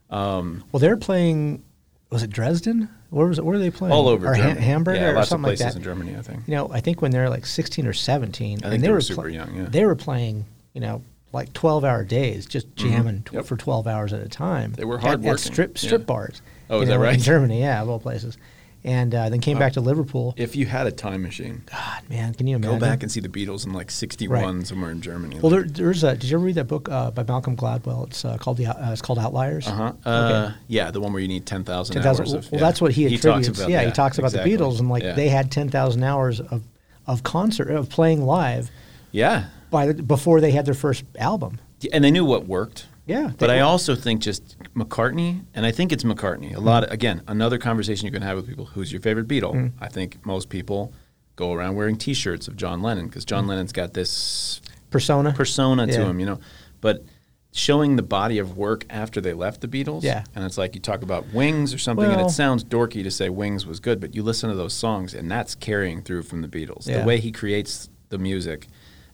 S2: Well, they're playing. Was it Dresden? Where was it? Where are they playing?
S3: All over
S2: or Ha-
S3: Germany.
S2: Hamburg
S3: yeah,
S2: or
S3: lots
S2: something
S3: of places
S2: like that.
S3: in Germany, I think.
S2: You know, I think when they're like 16 or 17,
S3: think
S2: and
S3: they
S2: they,
S3: were
S2: were
S3: super young, yeah.
S2: They were playing. You know. Like twelve-hour days, just jamming tw-
S3: Mm-hmm. Yep.
S2: for twelve hours at a time.
S3: They were
S2: At-
S3: hard
S2: at,
S3: working,
S2: strip
S3: yeah.
S2: strip bars.
S3: Oh,
S2: you
S3: is that
S2: know,
S3: right?
S2: In Germany, yeah, of all places, and uh, then came back to Liverpool.
S3: If you had a time machine,
S2: God, man, can you
S3: go
S2: imagine?
S3: back and see the Beatles in like '61
S2: Right.
S3: somewhere in Germany.
S2: Well, there, there's a. Did you ever read that book uh, by Malcolm Gladwell? It's uh, called the. Out- Uh, it's called Outliers.
S3: uh-huh. uh, yeah, the one where you need 10,000
S2: 10,000
S3: hours
S2: well,
S3: of. yeah.
S2: that's what he
S3: talks
S2: attributes.
S3: about
S2: yeah, he
S3: that,
S2: talks about
S3: exactly.
S2: the Beatles and like
S3: Yeah.
S2: they had ten thousand hours of, of concert of playing live
S3: Yeah,
S2: by the, before they had their first album.
S3: Yeah, and they knew what worked.
S2: Yeah,
S3: but
S2: they-
S3: I also think just McCartney, and I think it's McCartney. A lot of, again, another conversation you can have with people. Who's your favorite Beatle? I think most people go around wearing T-shirts of John Lennon because John Lennon's got this
S2: Persona.
S3: persona to
S2: Yeah.
S3: him, you know. But showing the body of work after they left the Beatles,
S2: Yeah.
S3: And it's like you talk about Wings or something, and
S2: Well-
S3: it sounds dorky to say Wings was good, but you listen to those songs, and that's carrying through from the Beatles.
S2: Yeah.
S3: The way he creates the music,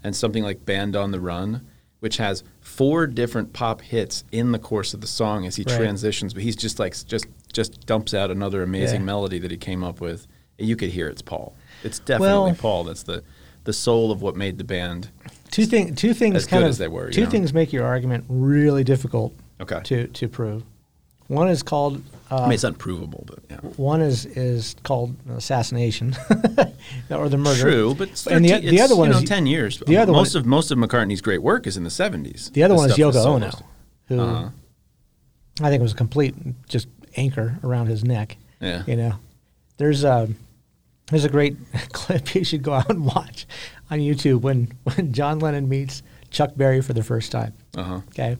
S3: and something like Band on the Run, which has four different pop hits in the course of the song as he
S2: Right.
S3: transitions, but he's just like just just dumps out another amazing
S2: Yeah.
S3: melody that he came up with. You could hear it's Paul. It's definitely
S2: Well-
S3: Paul. That's the the soul of what made the band
S2: two things. Two things.
S3: As
S2: kind
S3: good
S2: of,
S3: as they were, you
S2: Two
S3: know?
S2: things make your argument really difficult.
S3: Okay.
S2: To to prove, one is called uh,
S3: I mean, it's unprovable, but yeah.
S2: One is is called assassination, or the murder.
S3: True, but it's
S2: and the,
S3: 13
S2: the
S3: it's,
S2: other one
S3: you know,
S2: is
S3: ten years.
S2: the other one-
S3: most of most of McCartney's great work is in the seventies.
S2: The other one is Yoko Ono, who
S3: Uh-huh.
S2: I think was a complete just anchor around his neck.
S3: Yeah.
S2: you know, there's a there's a great clip you should go out and watch on YouTube when when John Lennon meets Chuck Berry for the first time.
S3: Uh-huh.
S2: Okay.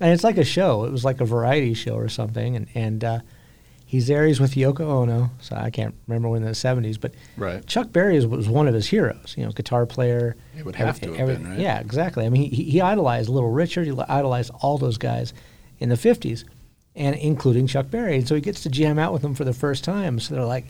S2: And it's like a show. It was like a variety show or something. And, and uh, he's there. He's with Yoko Ono. So I can't remember when in the 70s. But
S3: Right.
S2: Chuck Berry is, was one of his heroes, you know, guitar player.
S3: It would have to have
S2: every-
S3: been, right?
S2: Yeah, exactly. I mean, he, he idolized Little Richard. He idolized all those guys in the 50s, and including Chuck Berry. And so he gets to jam out with them for the first time. So they're like,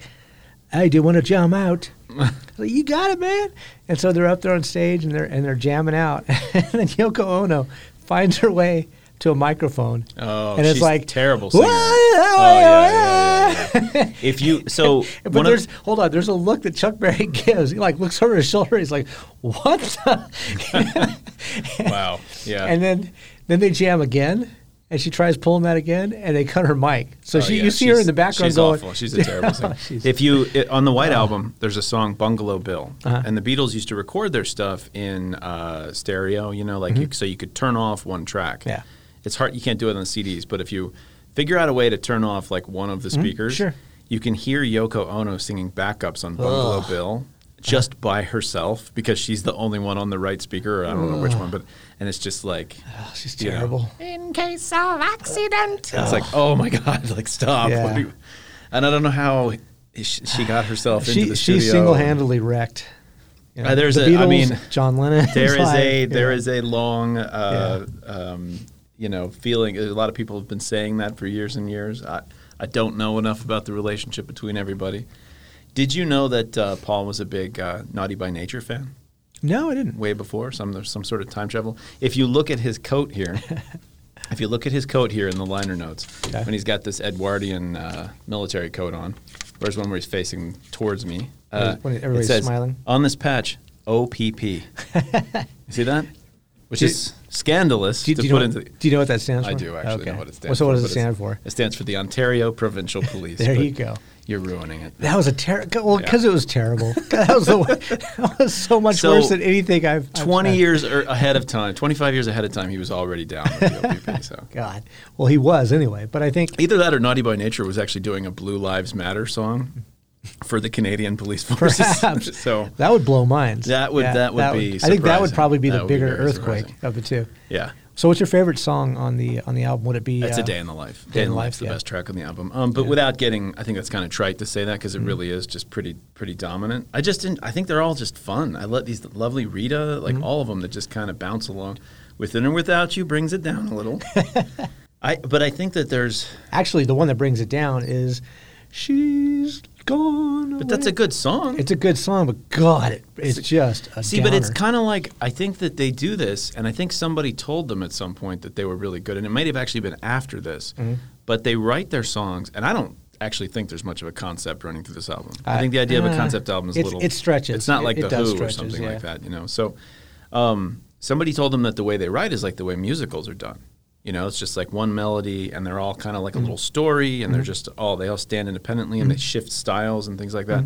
S2: hey, do you want to jam out? like, you got it, man. And so they're up there on stage and they're and they're jamming out. and then Yoko Ono finds her way to a microphone.
S3: Oh,
S2: and it's
S3: she's
S2: like
S3: terrible
S2: "Wah,
S3: singer.
S2: ah,
S3: Oh, yeah, yeah, yeah,
S2: ah."
S3: if you so
S2: But
S3: one
S2: there's
S3: of,
S2: hold on. There's a look that Chuck Berry gives. He like looks over his shoulder. He's like, "What?" the-"
S3: wow yeah
S2: and then then they jam again, and she tries pulling that again, and they cut her mic. So
S3: Oh,
S2: she,
S3: yeah,
S2: you see her in
S3: she's-
S2: the background
S3: She's
S2: going,
S3: awful. She's a terrible singer.
S2: She's-
S3: if you it, on the White Album, there's a song "Bungalow Bill,"
S2: Uh-huh.
S3: and the Beatles used to record their stuff in uh, stereo. You know, like you, so you could turn off one track.
S2: Mm-hmm. Yeah.
S3: it's hard. You can't do it on CDs, but if you figure out a way to turn off like one of the speakers,
S2: Mm-hmm. sure.
S3: you can hear Yoko Ono singing backups on "Bungalow Bill." Just by herself because she's the only one on the right speaker, or I don't know which one, but and it's just like
S2: oh, "She's
S3: you know.
S2: terrible."
S4: In case of accident.
S3: It's like, oh my God, like stop.
S2: Yeah.
S3: What do you- and I don't know how she, she got herself into
S2: She
S3: the
S2: she
S3: studio.
S2: single handedly wrecked. You
S3: Uh, there's
S2: the
S3: a- I
S2: Beatles,
S3: mean,
S2: John Lennon.
S3: There is
S2: like,
S3: a
S2: you
S3: there
S2: know.
S3: is a long, uh, um, you know, feeling. A lot of people have been saying that for years and years. I, I don't know enough about the relationship between everybody. Did you know that uh, Paul was a big uh, Naughty by Nature fan?
S2: no, I didn't.
S3: way before some there's some sort of time travel. If you look at his coat here, if you look at his coat here in the liner notes,
S2: Okay.
S3: when he's got this Edwardian uh, military coat on, there's one where he's facing towards me.
S2: When-
S3: Uh,
S2: when
S3: it
S2: everybody's
S3: says,
S2: smiling.
S3: on this patch, OPP. you see that? Which
S2: Do-
S3: is scandalous
S2: Do, you-
S3: to
S2: do you
S3: put
S2: know,
S3: into.
S2: do you know what that stands for?
S3: I do actually
S2: Okay.
S3: know what it stands
S2: Well,
S3: for.
S2: so what does it
S3: but
S2: stand
S3: it's-
S2: for?
S3: It stands for the Ontario Provincial Police.
S2: There
S3: but
S2: you go.
S3: You're ruining it.
S2: That was a terrible. Well,
S3: Yeah.
S2: because it was terrible. God, that was the. That was so much
S3: So,
S2: worse than anything I've. I've
S3: 20
S2: tried.
S3: years or ahead of time, 25 years ahead of time, he was already down with the OPP. So.
S2: God. Well, he was anyway, but I think
S3: Either that or Naughty by Nature was actually doing a Blue Lives Matter song for the Canadian police forces.
S2: Perhaps.
S3: so
S2: that would blow minds.
S3: That would- that would be
S2: I think that would
S3: surprising.
S2: probably be
S3: That
S2: the
S3: would be
S2: bigger
S3: very
S2: earthquake
S3: surprising.
S2: of the two.
S3: yeah,
S2: So, what's your favorite song on the on the album? Would it be?
S3: that's
S2: uh,
S3: a day in the life.
S2: Day in the Life,
S3: Life's the
S2: yeah.
S3: best track on the album. Um, but without getting, I think that's kind of trite to say that
S2: Mm-hmm.
S3: because it really is just pretty pretty dominant. I just didn't. I think they're all just fun. I love these lovely Rita,
S2: Mm-hmm.
S3: like all of them that just kind of bounce along. Within or without you brings it down a little. I but I think that there's
S2: Actually, the one that brings it down is "She's Gone."
S3: but that's a good song.
S2: It's a good song, but God, it, it's just a
S3: See, but it's
S2: downer.
S3: kind of like I think that they do this, and I think somebody told them at some point that they were really good, and it might have actually been after this.
S2: Mm-hmm.
S3: But they write their songs, and I don't actually think there's much of a concept running through this album. I,
S2: I-
S3: think the idea of
S2: uh,
S3: a concept album is a
S2: it's-
S3: little
S2: it stretches.
S3: It's not
S2: It-
S3: like
S2: it
S3: the
S2: does
S3: Who
S2: stretches,
S3: or something
S2: yeah.
S3: like that, you know. So um, somebody told them that the way they write is like the way musicals are done. You know, it's just like one melody, and they're all kind of like a little story, and they're just all they all stand independently, and they shift styles and things like that.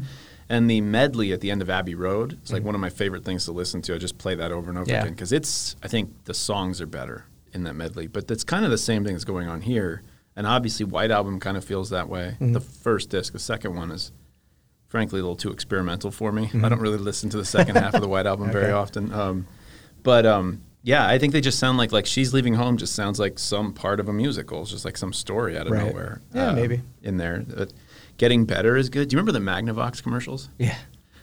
S3: And the medley at the end of Abbey Road, it's like one of my favorite things to listen to. I just play that over and over
S2: Yeah.
S3: again because it's. I think the songs are better in that medley, but that's kind of the same thing that's going on here. And obviously, White Album kind of feels that way. The first disc, the second one is frankly a little too experimental for me.
S2: Mm-hmm.
S3: I don't really listen to the second half of the White Album very often. Um, but um, yeah, I think they just sound like like she's leaving home just sounds like some part of a musical, It's just like some story out of
S2: Right.
S3: nowhere. um,
S2: Yeah, maybe.
S3: in there. But getting better is good. Do you remember the Magnavox commercials?
S2: yeah.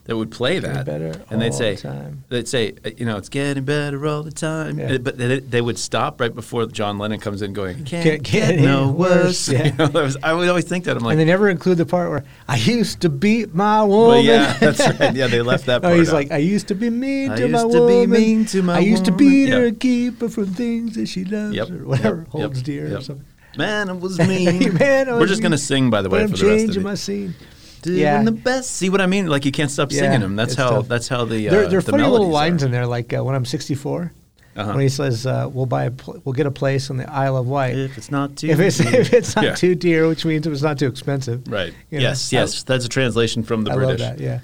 S3: That would play that,
S2: better
S3: and they'd
S2: all
S3: say,
S2: the time.
S3: they'd say, uh, you know, it's getting better all the time.
S2: Yeah.
S3: Uh, But they, they would stop right before John Lennon comes in, going, "Can't,
S2: Can't
S3: get,
S2: get
S3: no
S2: any
S3: worse."
S2: worse. Yeah.
S3: You know, that was- I would always think that I'm like,
S2: and they never include the part where I used to beat my woman.
S3: well, yeah, that's right. Yeah, they left that.
S2: Oh,
S3: part
S2: he's
S3: out.
S2: like, I used to be mean
S3: I
S2: to my
S3: used to be
S2: woman.
S3: mean to my
S2: I used to
S3: woman."
S2: beat her
S3: Yeah.
S2: and keep her from things that she loves
S3: Yep.
S2: or whatever
S3: Yep.
S2: holds
S3: Yep.
S2: dear or
S3: Yep.
S2: something.
S3: Man, it was mean.
S2: Man, I
S3: We're
S2: was
S3: just
S2: mean,
S3: gonna sing, by the
S2: But
S3: way,
S2: I'm
S3: for the rest of
S2: changing
S3: it.
S2: my scene.
S3: Doing
S2: Yeah.
S3: the best. See what I mean? Like you can't stop singing
S2: Yeah,
S3: them. That's
S2: it's
S3: how.
S2: tough.
S3: That's how the. Uh,
S2: there, there are
S3: the
S2: funny little
S3: melodies
S2: lines
S3: are.
S2: in there, like uh, when I'm 64,
S3: Uh-huh.
S2: when he says, uh, "We'll buy, a pl- we'll get a place on the Isle of Wight
S3: If it's not too.
S2: if it's if it's not
S3: Yeah.
S2: too dear, which means if it's not too expensive."
S3: right.
S2: You know,
S3: yes.
S2: I-
S3: Yes. that's a translation from the
S2: I, love
S3: British.
S2: that. Yeah.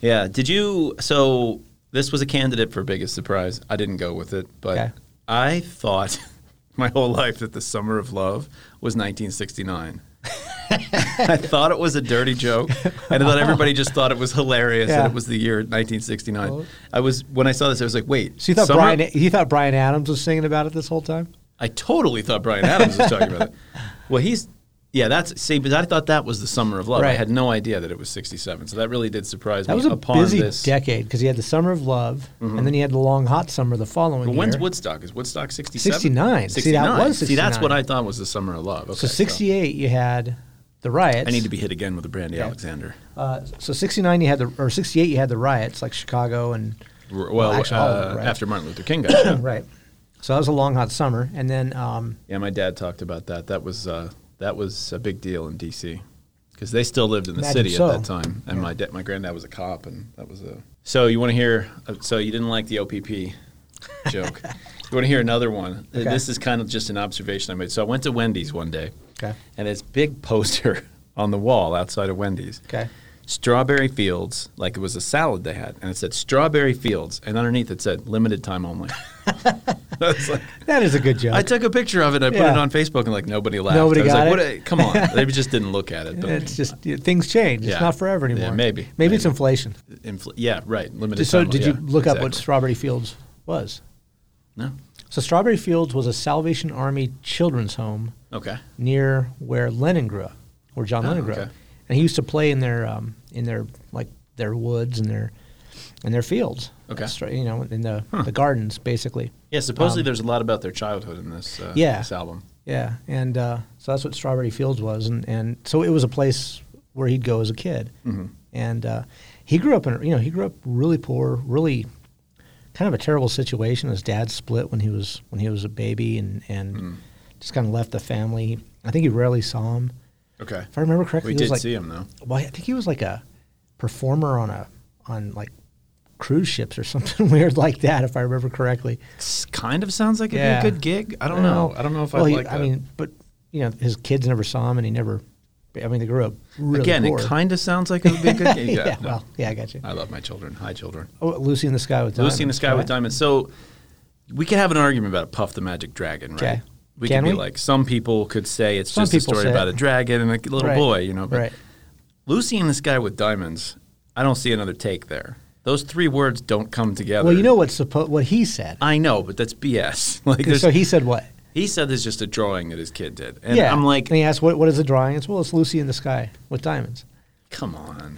S3: Yeah. Did you? So this was a candidate for biggest surprise. I didn't go with it, but
S2: Okay.
S3: I thought my whole life that the summer of love was 1969. I thought it was a dirty joke, and I thought everybody just thought it was hilarious
S2: Yeah.
S3: that it was the year 1969. I was when I saw this, I was like, "Wait!"
S2: So you thought
S3: summer-
S2: Brian? You thought Brian Adams was singing about it this whole time?
S3: I totally thought Brian Adams was talking about it. Well, he's yeah, that's see, but I thought that was the summer of love. I
S2: Right.
S3: had no idea that it was '67, so that really did surprise
S2: That
S3: me.
S2: was a
S3: upon
S2: busy
S3: this, Mm-hmm.
S2: decade because he had the summer of love, and then he had the long hot summer the following
S3: But when's
S2: year.
S3: Woodstock? Is Woodstock 67?
S2: 69. See, that was
S3: See, that's
S2: 69.
S3: what I thought was the summer of love. Okay,
S2: so '68 you had the riots.
S3: I need to be hit again with a Brandy
S2: Yeah.
S3: Alexander.
S2: Uh, so '69 you had the or '68 you had the riots like Chicago and
S3: R- Well,
S2: actually, all of
S3: uh,
S2: it, right.
S3: after Martin Luther King got shot.
S2: right. So that was a long hot summer, and then um,
S3: Yeah, my dad talked about that. That was uh, that was a big deal in D.C. because they still lived in the
S2: Imagine
S3: city
S2: so.
S3: at that time. And my da- my granddad was a cop, and that was a. So you want to hear? uh, So you didn't like the OPP joke. You want to hear another one? Uh,
S2: Okay.
S3: This is kind of just an observation I made. So I went to Wendy's one day,
S2: Okay.
S3: and this big poster on the wall outside of Wendy's.
S2: Okay.
S3: Strawberry Fields, like it was a salad they had, and it said Strawberry Fields, and underneath it said limited time only. I was like,
S2: That is a good joke.
S3: I took a picture of it. I put
S2: Yeah.
S3: it on Facebook, and like nobody laughed.
S2: Nobody
S3: I was
S2: got
S3: like,
S2: it?
S3: What a, come on, they just didn't look at it. But
S2: it's just yeah, things change. It's
S3: Yeah.
S2: not forever
S3: Yeah,
S2: anymore.
S3: maybe.
S2: maybe. it's inflation.
S3: infl- yeah, right. Limited.
S2: So
S3: time,
S2: did
S3: yeah,
S2: you look up what
S3: exactly.
S2: Strawberry Fields was?
S3: No.
S2: So Strawberry Fields was a Salvation Army children's home
S3: Okay.
S2: near where Lennon grew up, where John
S3: Oh,
S2: Lennon grew up,
S3: okay.
S2: and he used to play in their um, in their like their woods and their in their fields.
S3: Okay.
S2: That's right, you know, in the the gardens basically.
S3: Yeah. Supposedly, there's a lot about their childhood in this. Uh,
S2: Um, Yeah.
S3: This album.
S2: Yeah, and uh, so that's what Strawberry Fields was, and, and so it was a place where he'd go as a kid,
S3: Mm-hmm.
S2: and uh, he grew up in you know he grew up really poor, really kind of a terrible situation. His dad split when he was when he was a baby, and and
S3: Mm-hmm.
S2: just kind of left the family. I think he rarely saw him.
S3: Okay.
S2: If I remember correctly,
S3: We
S2: he
S3: did
S2: was like,
S3: see him though.
S2: Well, I think he was like a performer on a on like cruise ships or something weird like that. If I remember correctly,
S3: It's kind of sounds like it'd
S2: Yeah.
S3: be a good gig. I don't know. I don't know if
S2: well,
S3: I'd
S2: he-
S3: like.
S2: I
S3: that.
S2: mean, but you know, his kids never saw him, and he never. I mean, they grew up really
S3: again,
S2: poor.
S3: it kind of sounds like it would be a good gig.
S2: yeah,
S3: Yeah. no.
S2: well, yeah, I got you.
S3: I love my children. Hi, children.
S2: Oh, Lucy in the Sky with Diamonds.
S3: Lucy in the Sky with
S2: right?
S3: Diamonds. So we could have an argument about Puff the Magic Dragon, right?
S2: Okay.
S3: We
S2: Can
S3: could be
S2: we?
S3: like some people could say it's
S2: Some
S3: just a
S2: people
S3: story
S2: say
S3: about
S2: it.
S3: a dragon and a little
S2: Right.
S3: boy, you know. But
S2: Right.
S3: Lucy in the Sky with Diamonds, I don't see another take there. Those three words don't come together.
S2: Well, you know what's suppo- what he said.
S3: I know, but that's BS. Like there's,
S2: so he said what?
S3: he said there's just a drawing that his kid did, and
S2: yeah,
S3: I'm like,
S2: and he asked, "What? What is the drawing?" It's well, it's Lucy in the Sky with Diamonds.
S3: come on,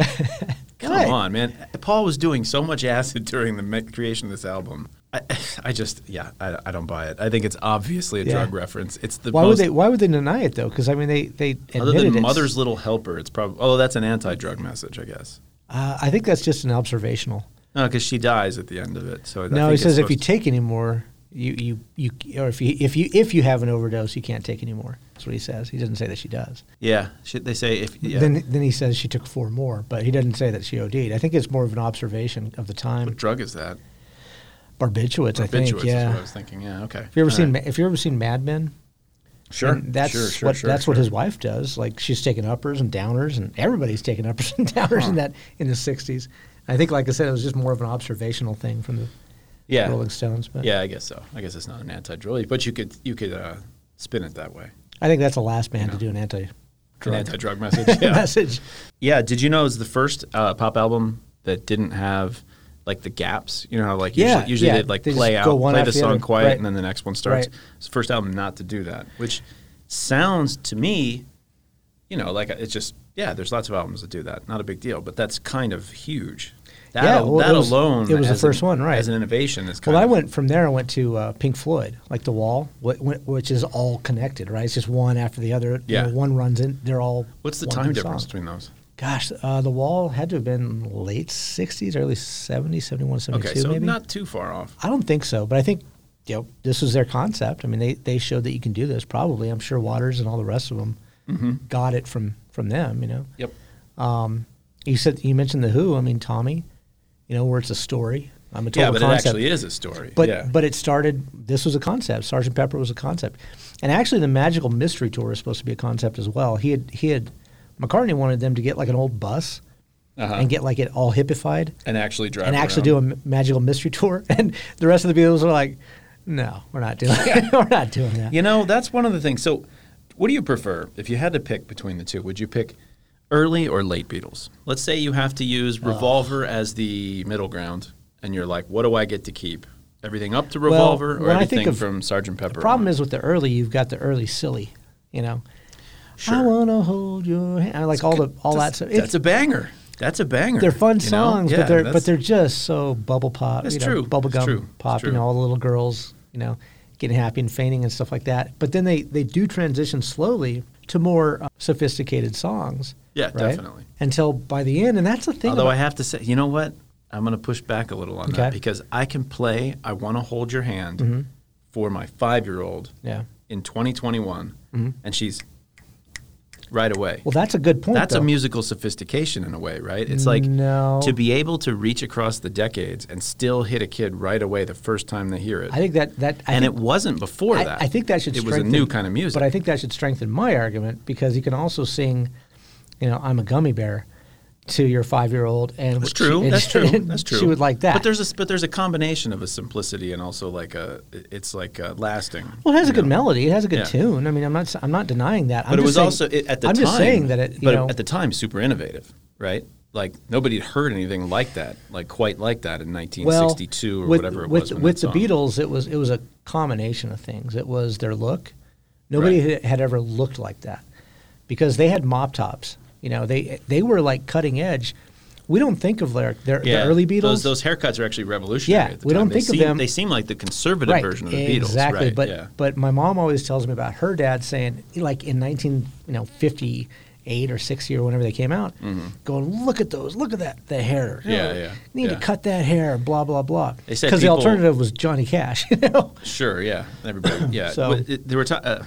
S3: come
S2: Right.
S3: on, man. Paul was doing so much acid during the ma- creation of this album. I, I just, yeah, I, I don't buy it. I think it's obviously a
S2: Yeah.
S3: drug reference. It's the
S2: Why would
S3: most
S2: they? Why would they deny it though? Because I mean, they they admitted
S3: Other than
S2: it's-
S3: Mother's Little Helper, it's probably although that's an anti-drug message, I guess.
S2: Uh, I think that's just an observational.
S3: No, because she dies at the end of it. So I
S2: No,
S3: think
S2: he
S3: it's
S2: says if you
S3: supposed-
S2: take any more, you you you or if you if you if you have an overdose, you can't take any more. That's what he says. He doesn't say that she does.
S3: yeah, she, they say if yeah.
S2: Then then he says she took four more, but he doesn't say that she OD'd. I think it's more of an observation of the time.
S3: what drug is that?
S2: Barbiturates, I think.
S3: Barbiturates is what I
S2: Yeah.
S3: was thinking. Yeah, okay.
S2: Have you ever seen Ma- Have you ever seen Mad Men?
S3: Sure,
S2: And that's
S3: sure, sure,
S2: what
S3: sure,
S2: that's what
S3: sure.
S2: his wife does. Like she's taking uppers and downers, and everybody's taking uppers and downers in that in the '60s. I think, like I said, it was just more of an observational thing from the
S3: yeah.
S2: Rolling Stones. But
S3: Yeah, I guess so. I guess it's not an anti-drug, but you could you could uh, spin it that way.
S2: I think that's the last band to do an anti
S3: An anti-drug message. Yeah.
S2: message.
S3: yeah. Did you know it was the first uh, pop album that didn't have like the gaps? You know how like usually,
S2: Yeah,
S3: usually
S2: yeah.
S3: they'd like
S2: They just
S3: play
S2: go
S3: out,
S2: one
S3: play
S2: after
S3: the
S2: the
S3: song
S2: other.
S3: quiet,
S2: Right.
S3: and then the next one starts.
S2: Right.
S3: It's the first album not to do that, which sounds to me, you know, like it's just yeah. There's lots of albums that do that. Not a big deal, but that's kind of huge. That,
S2: Yeah,
S3: al-
S2: well, it
S3: that
S2: was-
S3: alone.
S2: it was the
S3: as an-
S2: first one, right.
S3: As an innovation, is kind
S2: Well, I
S3: of-
S2: went from there. I went to uh, Pink Floyd, like The Wall, wh- wh- which is all connected, right? It's just one after the other. You
S3: Yeah.
S2: know, one runs in. They're all.
S3: What's the
S2: one
S3: time
S2: song.
S3: difference between those?
S2: Gosh, uh, The Wall had to have been late '60s, early '70s, '71, '72,
S3: Okay, so
S2: maybe.
S3: not too far off.
S2: I don't think so, but I think you know, this was their concept. I mean, they, they showed that you can do this. Probably, I'm sure Waters and all the rest of them
S3: Mm-hmm.
S2: got it from from them. You know,
S3: Yep.
S2: you said you mentioned the Who. I mean, Tommy, you know, where it's a story. I'm a
S3: Yeah,
S2: total
S3: but
S2: concept.
S3: it actually is a story.
S2: But
S3: yeah.
S2: but it started. This was a concept. Sergeant Pepper was a concept, and actually, the Magical Mystery Tour was supposed to be a concept as well. He had he had McCartney wanted them to get like an old bus and get like it all hippified
S3: and actually Uh-huh. drive
S2: and actually do a m- Magical Mystery Tour, and the rest of the Beatles were like, "No, we're not doing we're not doing that."
S3: You know, that's one of the things. So, what do you prefer if you had to pick between the two? Would you pick early or late Beatles? Let's say you have to use Revolver as the middle ground, and you're like, what do I get to keep? Everything up to Revolver or
S2: when I think
S3: everything
S2: of-
S3: from Sergeant Pepper?
S2: The problem
S3: on?
S2: is with the early, you've got the early silly, you know. I
S3: Sure.
S2: wanna hold your hand, I like all the all that
S3: that's,
S2: stuff.
S3: that's a banger. That's a banger.
S2: they're fun
S3: you know?
S2: songs,
S3: Yeah,
S2: but they're
S3: that's-
S2: but they're just so bubble pop.
S3: That's
S2: you know,
S3: true.
S2: Bubble
S3: That's
S2: gum
S3: true. That's
S2: pop. You
S3: true.
S2: know, all the little girls, you know, getting happy and fainting and stuff like that. But then they they do transition slowly to more uh, sophisticated songs.
S3: Yeah,
S2: right?
S3: definitely.
S2: Until by the end, and that's the thing.
S3: Although
S2: about-
S3: I have to say, you know what? I'm going to push back a little on
S2: Okay. Mm-hmm.
S3: that because I can play "I Want to Hold Your Hand" for my five-year-old
S2: Yeah.
S3: in 2021, and she's right away.
S2: Mm-hmm. Well, that's a good point.
S3: That's a
S2: though.
S3: musical sophistication in a way, right? It's like
S2: No.
S3: to be able to reach across the decades and still hit a kid right away the first time they hear it.
S2: I think that that I
S3: and
S2: think,
S3: it wasn't before
S2: I,
S3: that.
S2: I think that should.
S3: It was a
S2: strengthen-
S3: new kind of music.
S2: But I think that should strengthen my argument because you can also sing, you know, "I'm a gummy bear" to your five-year-old, and
S3: That's true.
S2: She, and-
S3: that's true.
S2: and
S3: That's true.
S2: She would like that.
S3: But there's a but there's a combination of a simplicity and also like a it's like a lasting.
S2: well, it has a
S3: you
S2: good
S3: know.
S2: melody. It has a good
S3: Yeah.
S2: tune. I mean, I'm not s- I'm not denying that. I'm
S3: But it
S2: just
S3: was
S2: saying-
S3: also it, at the
S2: I'm
S3: time.
S2: just saying that it. You
S3: but
S2: know,
S3: at the time, super innovative, right? Like nobody had heard anything like that, like quite like that in 1962 or
S2: with,
S3: whatever it
S2: with,
S3: was. when
S2: With the
S3: that song-
S2: Beatles, it was it was a combination of things. It was their look. Nobody
S3: Right.
S2: had- had ever looked like that because they had mop tops. You know, they they were like cutting edge. We don't think of their, their the early Beatles.
S3: Those, those haircuts are actually revolutionary.
S2: Yeah,
S3: at the
S2: we
S3: time.
S2: don't
S3: They
S2: think of
S3: seem-
S2: them-
S3: They seem like the conservative version of the Beatles.
S2: Exactly.
S3: right,
S2: But
S3: yeah.
S2: but my mom always tells me about her dad saying like in nineteen you know fifty eight or sixty or whenever they came out, going look at those, look at that the hair. You
S3: Mm-hmm. Yeah,
S2: know,
S3: yeah,
S2: Need
S3: yeah.
S2: to cut that hair. Blah blah blah.
S3: They said
S2: the
S3: people-
S2: alternative was Johnny Cash. You know.
S3: Sure. Yeah. Everybody. Yeah.
S2: So-
S3: But it- they were. Ta- uh,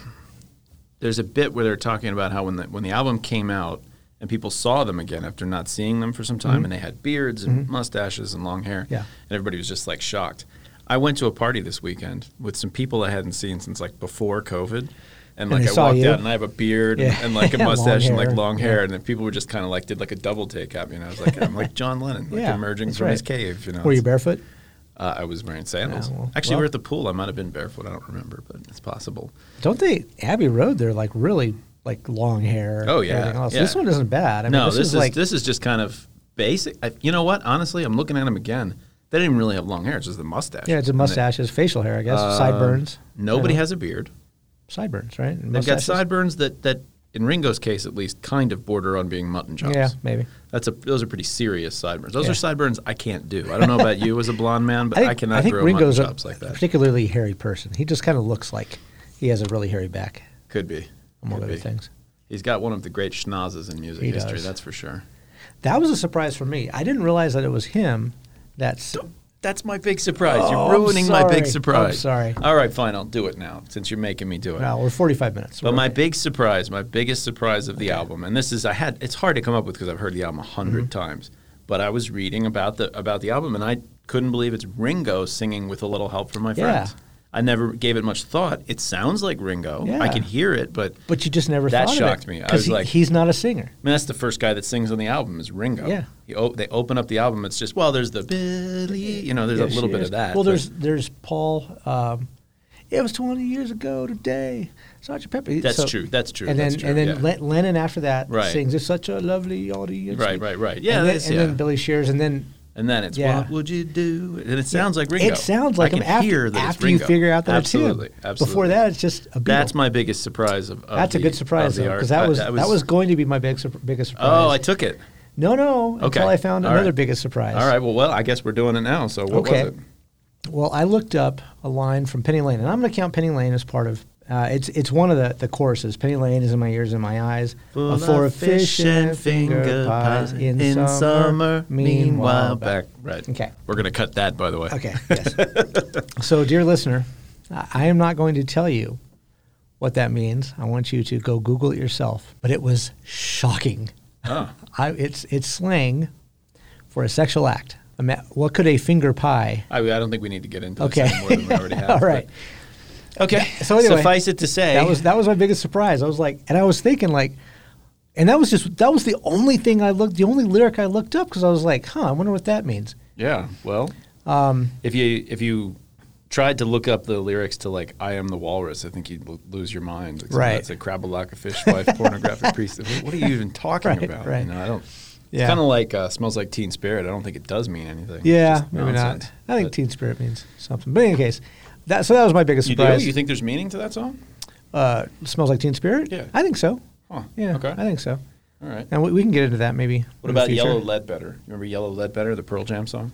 S3: there's a bit where they're talking about how when the when the album came out and people saw them again after not seeing them for some time and they had beards and mustaches and long hair.
S2: Mm-hmm. Yeah.
S3: And everybody was just like shocked. I went to a party this weekend with some people I hadn't seen since like before COVID. And like
S2: they
S3: I
S2: saw
S3: walked
S2: you?
S3: out and I have a beard
S2: Yeah.
S3: and, and like a
S2: Long
S3: mustache and like
S2: hair.
S3: long hair and then people were just kind of like did like a double take at me and I was like I'm like John Lennon like
S2: Yeah,
S3: emerging
S2: that's
S3: from his
S2: right.
S3: cave you know
S2: Were you
S3: It's-
S2: barefoot?
S3: uh, I was wearing sandals.
S2: Yeah, well-
S3: Actually, we
S2: well-
S3: were at the pool. I might have been barefoot. I don't remember, but it's possible.
S2: Don't they Abbey Road? They're like really like long hair.
S3: Oh, yeah,
S2: everything else.
S3: yeah.
S2: This one isn't bad. I mean,
S3: no,
S2: this, is, like
S3: this is just kind of basic. I, you know what? Honestly, I'm looking at him again. They didn't even really have long hair. It's just the mustache.
S2: yeah, it's a
S3: And they-
S2: mustache, it's facial hair, I guess. sideburns.
S3: Uh, Nobody has a beard.
S2: Sideburns, right? And
S3: They've got
S2: mustaches?
S3: sideburns that that in Ringo's case, at least, kind of border on being mutton chops.
S2: Yeah, maybe.
S3: That's a those are pretty serious sideburns. Those
S2: Yeah.
S3: are sideburns I can't do. I don't know about you as a blonde man, but I, cannot
S2: think
S3: grow
S2: Ringo's
S3: mutton
S2: a
S3: chops like that.
S2: particularly hairy person. He just kind of looks like he has a really hairy back,
S3: Could be.
S2: among
S3: Could
S2: other
S3: be.
S2: things.
S3: He's got one of the great schnozzes in music
S2: He
S3: history.
S2: does.
S3: That's for sure.
S2: That was a surprise for me. I didn't realize that it was him. That's
S3: That's my big surprise.
S2: Oh, I'm
S3: You're ruining my
S2: sorry.
S3: big
S2: I'm
S3: surprise.
S2: sorry.
S3: All right, fine. I'll do it now since you're making me do it.
S2: well, we're forty-five minutes.
S3: But
S2: We're-
S3: my big surprise, my biggest surprise of the album, and this is I had it's hard to come up with because I've heard the album a 100
S2: Mm-hmm.
S3: times. But I was reading about the about the album and I couldn't believe it's Ringo singing with a little help from my
S2: Yeah.
S3: friends. I never gave it much thought. It sounds like Ringo. I
S2: Yeah.
S3: can hear it, but I
S2: but you just never
S3: That
S2: thought
S3: shocked
S2: of it,
S3: me. I
S2: 'cause
S3: was
S2: he-
S3: like-
S2: he's not a singer.
S3: mean, that's the first guy that sings on the album is Ringo.
S2: Yeah.
S3: He o- they open up the album. It's just well, there's the Billy, you know, there's a
S2: Yes,
S3: little bit
S2: yes.
S3: of that.
S2: Well,
S3: but-
S2: there's there's Paul. Um, it was 20 years ago today. Sgt. Pepper.
S3: That's true. That's true.
S2: And then
S3: That's true,
S2: and then
S3: yeah.
S2: Le- Lennon after that
S3: Right.
S2: sings "It's such a lovely audience."
S3: Right, right, right.
S2: and
S3: Yeah,
S2: then,
S3: that's-
S2: and
S3: yeah.
S2: then Billy Shears, and then
S3: And then it's
S2: Yeah.
S3: what would you do? And it sounds like Ringo.
S2: It sounds
S3: I
S2: like
S3: can
S2: him after,
S3: hear that it's
S2: after you
S3: Ringo.
S2: figure out that
S3: absolutely,
S2: it's him.
S3: absolutely.
S2: Before that, it's just a Beatle.
S3: that's my biggest surprise of. of
S2: That's a
S3: the-
S2: good surprise
S3: of the
S2: though,
S3: art.
S2: because that
S3: Uh,
S2: was, that was going to be my big, sur- biggest surprise.
S3: Oh, I took it.
S2: no, no.
S3: Okay.
S2: Until I found
S3: All
S2: another
S3: right.
S2: biggest surprise.
S3: All right. Well, well, I guess we're doing it now. So what
S2: Okay.
S3: was it?
S2: Well, I looked up a line from Penny Lane, and I'm going to count Penny Lane as part of. Uh, it's it's one of the, the choruses. Penny Lane is in my ears and my eyes.
S3: Full
S2: a
S3: of fish and finger pies in, summer. Meanwhile, back. Right.
S2: Okay.
S3: We're gonna cut that, by the way.
S2: Okay. Yes. so, dear listener, I I am not going to tell you what that means. I want you to go Google it yourself. But it was shocking.
S3: Oh.
S2: I, it's it's slang for a sexual act. A ma- What could a finger pie?
S3: I, I don't think we need to get into
S2: Okay.
S3: this any more than we already have.
S2: All right.
S3: but- Okay.
S2: So anyway,
S3: suffice it to say,
S2: That was that was my biggest surprise. I was like, and I was thinking like, and that was just that was the only thing I looked, the only lyric I looked up because I was like, huh, I wonder what that means.
S3: Yeah. Well,
S2: Um,
S3: if you if you tried to look up the lyrics to like "I Am the Walrus," I think you'd l- lose your mind. It's-
S2: Right.
S3: It's a crab a lock of fish wife pornographic priest. What- What are you even talking
S2: Right,
S3: about?
S2: right.
S3: You know, I don't.
S2: Yeah.
S3: It's kind of like uh, "Smells Like Teen Spirit." I don't think it does mean anything. It's
S2: Yeah,
S3: just
S2: maybe
S3: nonsense.
S2: not. I think
S3: But
S2: Teen Spirit means something. But in any case, that so that was my biggest
S3: you
S2: surprise.
S3: do. You think there's meaning to that song?
S2: uh, smells like Teen Spirit?
S3: Yeah.
S2: I think so.
S3: Huh.
S2: Yeah,
S3: Okay.
S2: I think so.
S3: All right.
S2: And we, we can get into that maybe.
S3: What
S2: in the
S3: about
S2: future.
S3: Yellow Leadbetter? You remember Yellow Leadbetter, the Pearl Jam song?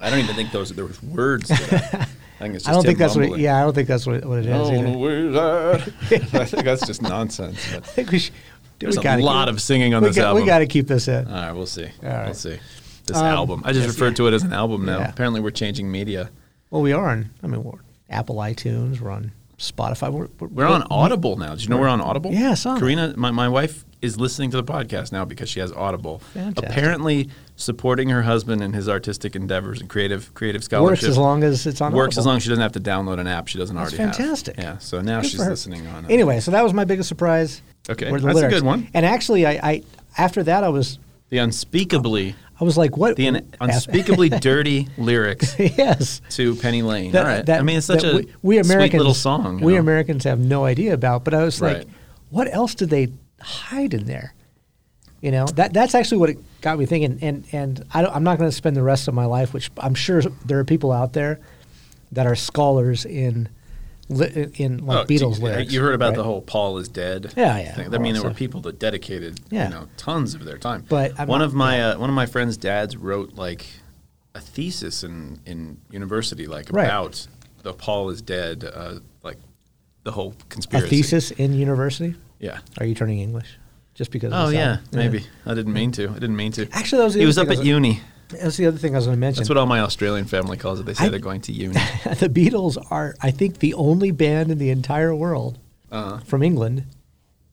S3: I don't even think those there was words. To that. I think it's just
S2: I don't
S3: him
S2: think that's what. It,
S3: mumbling.
S2: yeah, I don't think that's what it, what it is.
S3: Oh,
S2: either.
S3: the way that- I think that's just nonsense. but-
S2: I think we should.
S3: There's
S2: we
S3: a
S2: gotta
S3: lot
S2: keep-
S3: of singing on
S2: we
S3: this
S2: got,
S3: album.
S2: We got to keep this in.
S3: All right, we'll see.
S2: right. Um,
S3: We'll see. This album. I just referred to it as an album now.
S2: Yeah.
S3: Apparently, we're changing media.
S2: Well, we are on. I mean, we're on Apple iTunes. We're on Spotify. We're, we're-
S3: We're on Audible now. Did you know we're on Audible?
S2: Yeah, I saw that.
S3: Karina, my, my wife is listening to the podcast now because she has Audible.
S2: Fantastic.
S3: Apparently, supporting her husband in his artistic endeavors and creative creative scholarship
S2: works as long as it's on.
S3: works as
S2: Audible.
S3: long as she doesn't have to download an app she doesn't
S2: That's
S3: already
S2: fantastic.
S3: have. Yeah. So now
S2: Good
S3: she's
S2: for her.
S3: listening on. uh,
S2: Anyway, so that was my biggest surprise.
S3: Okay,
S2: were the
S3: that's a
S2: lyrics.
S3: good one.
S2: And actually, I, I after that I was
S3: the unspeakably
S2: I was like, what?
S3: the un- unspeakably dirty lyrics
S2: yes.
S3: to Penny Lane.
S2: That-
S3: All right.
S2: that-
S3: I mean, it's such
S2: that
S3: a
S2: we, we Americans,
S3: sweet little song. you
S2: We
S3: know?
S2: Americans have no idea about, but I was like,
S3: Right.
S2: what else did they hide in there? You know, that that's actually what it got me thinking. And and I don't, I'm not going to spend the rest of my life, which I'm sure there are people out there that are scholars in li- in like
S3: Oh,
S2: Beatles
S3: you-
S2: lyrics.
S3: You heard about the
S2: right?
S3: whole Paul is dead.
S2: Yeah, yeah,
S3: Thing.
S2: all
S3: I mean,
S2: that
S3: there were
S2: stuff.
S3: people that dedicated
S2: Yeah.
S3: you know tons of their time.
S2: But I'm
S3: one
S2: not-
S3: of my uh, one of my friends' dads wrote like a thesis in in university like
S2: Right.
S3: about the Paul is dead uh, like the whole conspiracy.
S2: a thesis in university.
S3: Yeah.
S2: Are you turning English? Just because?
S3: Oh
S2: of the
S3: yeah,
S2: sound?
S3: maybe. I didn't mean to. I didn't mean to.
S2: Actually, that was the
S3: he
S2: other
S3: was
S2: thing
S3: up
S2: I was-
S3: at uni.
S2: That's the other thing I was going to mention.
S3: That's what all my Australian family calls it. They say
S2: I-
S3: they're going to uni.
S2: the Beatles are, I think, the only band in the entire world
S3: Uh-huh.
S2: from England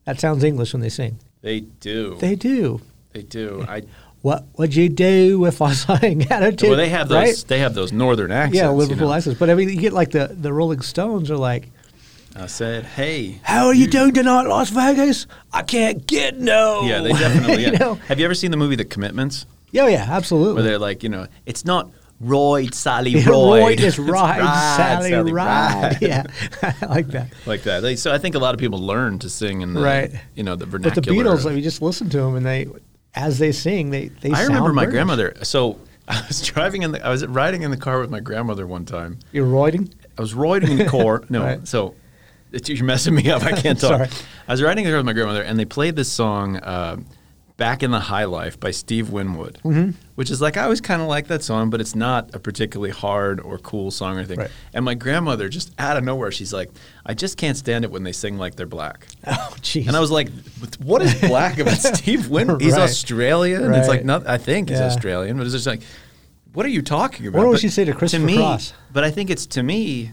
S2: that sounds English when they sing.
S3: they do.
S2: They do.
S3: They do. I
S2: What would you do if I sang attitude?
S3: well, they have those.
S2: right?
S3: They have those northern accents.
S2: yeah,
S3: you
S2: Liverpool
S3: know.
S2: accents. But I mean, you get like the the Rolling Stones are like,
S3: I said, "Hey,
S2: "How are you doing tonight, Las Vegas? I can't get no."
S3: Yeah, they definitely.
S2: You
S3: Yeah.
S2: know?
S3: Have you ever seen the movie The Commitments,
S2: yeah, yeah,
S3: where
S2: absolutely.
S3: they're like, you know, it's not Royd, Sally, Royd.
S2: Roy is
S3: It's
S2: right, Sally,
S3: Sally,
S2: right. Yeah, I like that.
S3: Like that. They, so I think a lot of people learn to sing in the,
S2: Right.
S3: you know, the
S2: But the
S3: vernacular.
S2: Beatles,
S3: of-
S2: I mean, just listen to them, and they, as they sing, they they.
S3: I
S2: sound
S3: remember my
S2: British.
S3: grandmother. So I was driving in the, I was riding in the car with my grandmother one time.
S2: You're roiding.
S3: I was riding in the car. No,
S2: Right.
S3: so it's, you're messing me up. I can't talk.
S2: Sorry.
S3: I was riding in the car with my grandmother, and they played this song, uh, "Back in the High Life" by Steve Winwood,
S2: Mm-hmm.
S3: which is like I always kind of like that song, but it's not a particularly hard or cool song or anything.
S2: Right.
S3: And my grandmother, just out of nowhere, she's like, "I just can't stand it when they sing like they're black."
S2: Oh, jeez.
S3: And I was like, "What is black about Steve Winwood? He's
S2: Right.
S3: Australian. It's like
S2: Right.
S3: not. I think he's
S2: Yeah.
S3: Australian, but it's just like, what are you talking about?
S2: What would
S3: But
S2: you say to Christopher
S3: me,
S2: Cross?
S3: But I think it's to me.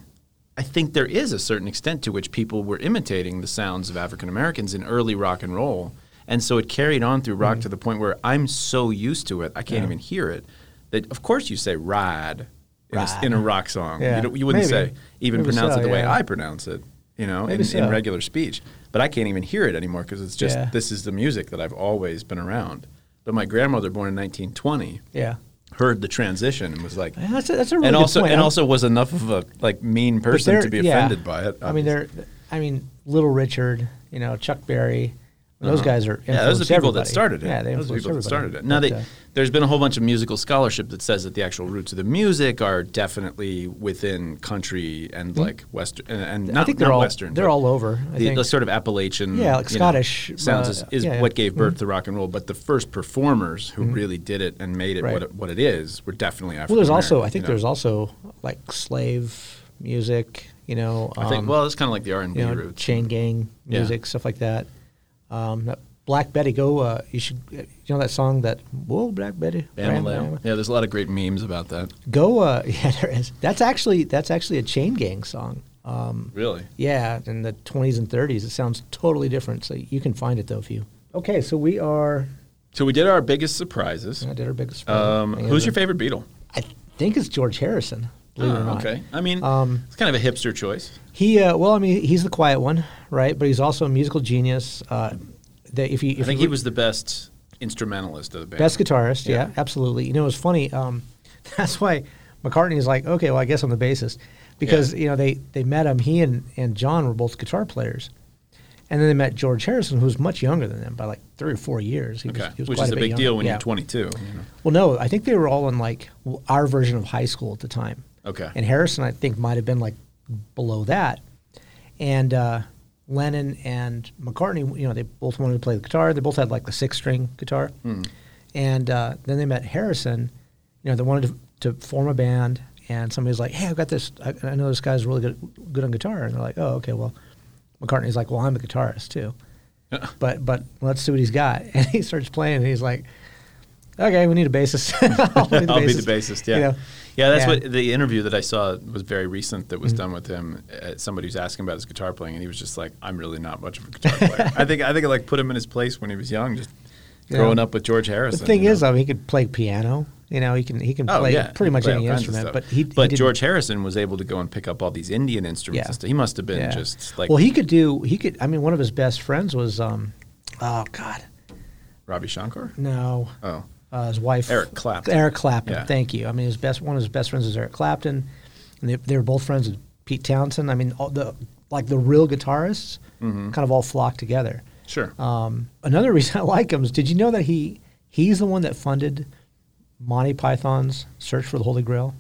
S3: I think there is a certain extent to which people were imitating the sounds of African Americans in early rock and roll, and so it carried on through
S2: Mm-hmm.
S3: rock to the point where I'm so used to it, I can't even hear it. That of course you say "ride" in, a, s-
S2: Ride.
S3: in a rock song.
S2: Yeah.
S3: You, don't- you wouldn't
S2: Maybe.
S3: say even
S2: Maybe
S3: pronounce
S2: so,
S3: it the way
S2: yeah.
S3: I pronounce it, you know, in,
S2: Maybe so.
S3: in regular speech. But I can't even hear it anymore because it's just
S2: Yeah.
S3: this is the music that I've always been around. But my grandmother, born in 1920,
S2: yeah.
S3: heard the transition and was like,
S2: Yeah, That's a, that's a really
S3: and
S2: good
S3: also
S2: point.
S3: and
S2: I'm-
S3: also was enough of a like mean
S2: but
S3: person
S2: they're-
S3: to be
S2: yeah.
S3: offended by it.
S2: I mean,
S3: obviously.
S2: they're. I mean, Little Richard, you know, Chuck Berry. Those guys are.
S3: Uh-huh. yeah, those are the people
S2: influenced
S3: that started it.
S2: everybody. Yeah, they
S3: those are the people that
S2: influenced
S3: started it.
S2: everybody.
S3: Now,
S2: But,
S3: they,
S2: uh,
S3: there's been a whole bunch of musical scholarship that says that the actual roots of the music are definitely within country and like western and, and not,
S2: Hmm. I think they're
S3: not
S2: all
S3: western.
S2: they're
S3: but-
S2: all over. I
S3: the,
S2: think.
S3: the sort of Appalachian,
S2: Yeah, like
S3: you know,
S2: Scottish,
S3: sounds
S2: uh,
S3: is, is
S2: yeah, Mm-hmm. yeah.
S3: what gave birth to rock and roll. But the first performers who really did it and made it
S2: Right.
S3: what it, what it is were definitely African.
S2: well, there's also. I think there's also like slave music. You know. Um,
S3: I think well, it's kind of like the R and B
S2: you know,
S3: roots.
S2: chain gang
S3: Yeah.
S2: music, stuff like that. Um, that Black Betty, go. Uh, you should. You know that song that Whoa, Black Betty.
S3: Bama
S2: Bam,
S3: Lam.
S2: bam.
S3: Yeah, there's a lot of great memes about that.
S2: Go. Uh, yeah, there is. That's actually that's actually a chain gang song. Um,
S3: Really,
S2: yeah, in the 20s and 30s, it sounds totally different. So you can find it though if you. Okay, so we are.
S3: so we did our biggest surprises.
S2: I did our biggest.
S3: Um,
S2: surprise.
S3: who's your favorite Beatle?
S2: I think it's George Harrison. Believe it or
S3: Ah,
S2: not.
S3: okay, I mean
S2: Um,
S3: it's kind of a hipster choice.
S2: He uh, well, I mean, he's the quiet one, right? But he's also a musical genius. Uh, that if you, if
S3: I think
S2: you
S3: he was the best instrumentalist of the band.
S2: Best guitarist, yeah,
S3: Yeah.
S2: absolutely. You know, it's funny. Um, that's why McCartney is like, okay, well, I guess I'm the bassist because
S3: Yeah.
S2: you know they they met him. He and and John were both guitar players, and then they met George Harrison, who was much younger than them by like three or four years. He
S3: okay,
S2: was, he was
S3: which
S2: quite
S3: is a
S2: bit
S3: big
S2: younger.
S3: deal when
S2: Yeah.
S3: you're 22. You know?
S2: Well, no, I think they were all in like w- our version of high school at the time.
S3: Okay.
S2: And Harrison, I think, might have been like below that. And uh, Lennon and McCartney, you know, they both wanted to play the guitar. They both had like the six string guitar.
S3: Hmm.
S2: And uh, then they met Harrison. You know, they wanted to, to form a band. And somebody was like, hey, I've got this. I, I know this guy's really good, good on guitar. And they're like, oh, okay, well, McCartney's like, well, I'm a guitarist too. But but let's see what he's got. And he starts playing, and he's like, okay, we need a bassist. I'll be the
S3: I'll be the bassist. Yeah,
S2: You know?
S3: yeah. That's
S2: Yeah. Mm.
S3: what the interview that I saw was very recent that was done with him. Uh, somebody was asking about his guitar playing, and he was just like, "I'm really not much of a guitar player." I think I think it like put him in his place when he was young, just growing up with George Harrison.
S2: The thing
S3: you
S2: is,
S3: know?
S2: though, he could play piano. You know, he can he can
S3: Oh,
S2: play
S3: yeah,
S2: pretty
S3: he
S2: much
S3: played
S2: any
S3: all kinds of
S2: instrument.
S3: stuff.
S2: But he, he
S3: but
S2: didn't-
S3: George Harrison was able to go and pick up all these Indian instruments.
S2: Yeah.
S3: and stuff. he must have been
S2: Yeah.
S3: just like
S2: well, he could do. He could. I mean, one of his best friends was. um Oh God,
S3: Robbie Shankar.
S2: no.
S3: Oh,
S2: uh, his wife
S3: Eric Clapton.
S2: Eric Clapton,
S3: Yeah.
S2: thank you. I mean, his best one of his best friends is Eric Clapton, and they, they were both friends with Pete Townsend. I mean, all the like the real guitarists
S3: Mm-hmm.
S2: kind of all flock together.
S3: sure.
S2: Um, another reason I like him is did you know that he he's the one that funded Monty Python's Search for the Holy Grail?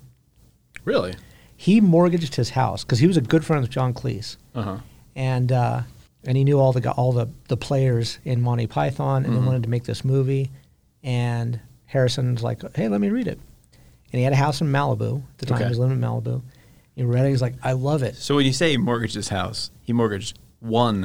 S3: really?
S2: He mortgaged his house because he was a good friend of John Cleese,
S3: Uh huh.
S2: and uh, and he knew all the gu- all the, the players in Monty Python, and
S3: Mm-hmm.
S2: they wanted to make this movie. And Harrison's like, "Hey, let me read it." And he had a house in Malibu at the time.
S3: Okay.
S2: He was living in Malibu. He read it. He's like, "I love it."
S3: So when you say he mortgaged his house, he mortgaged one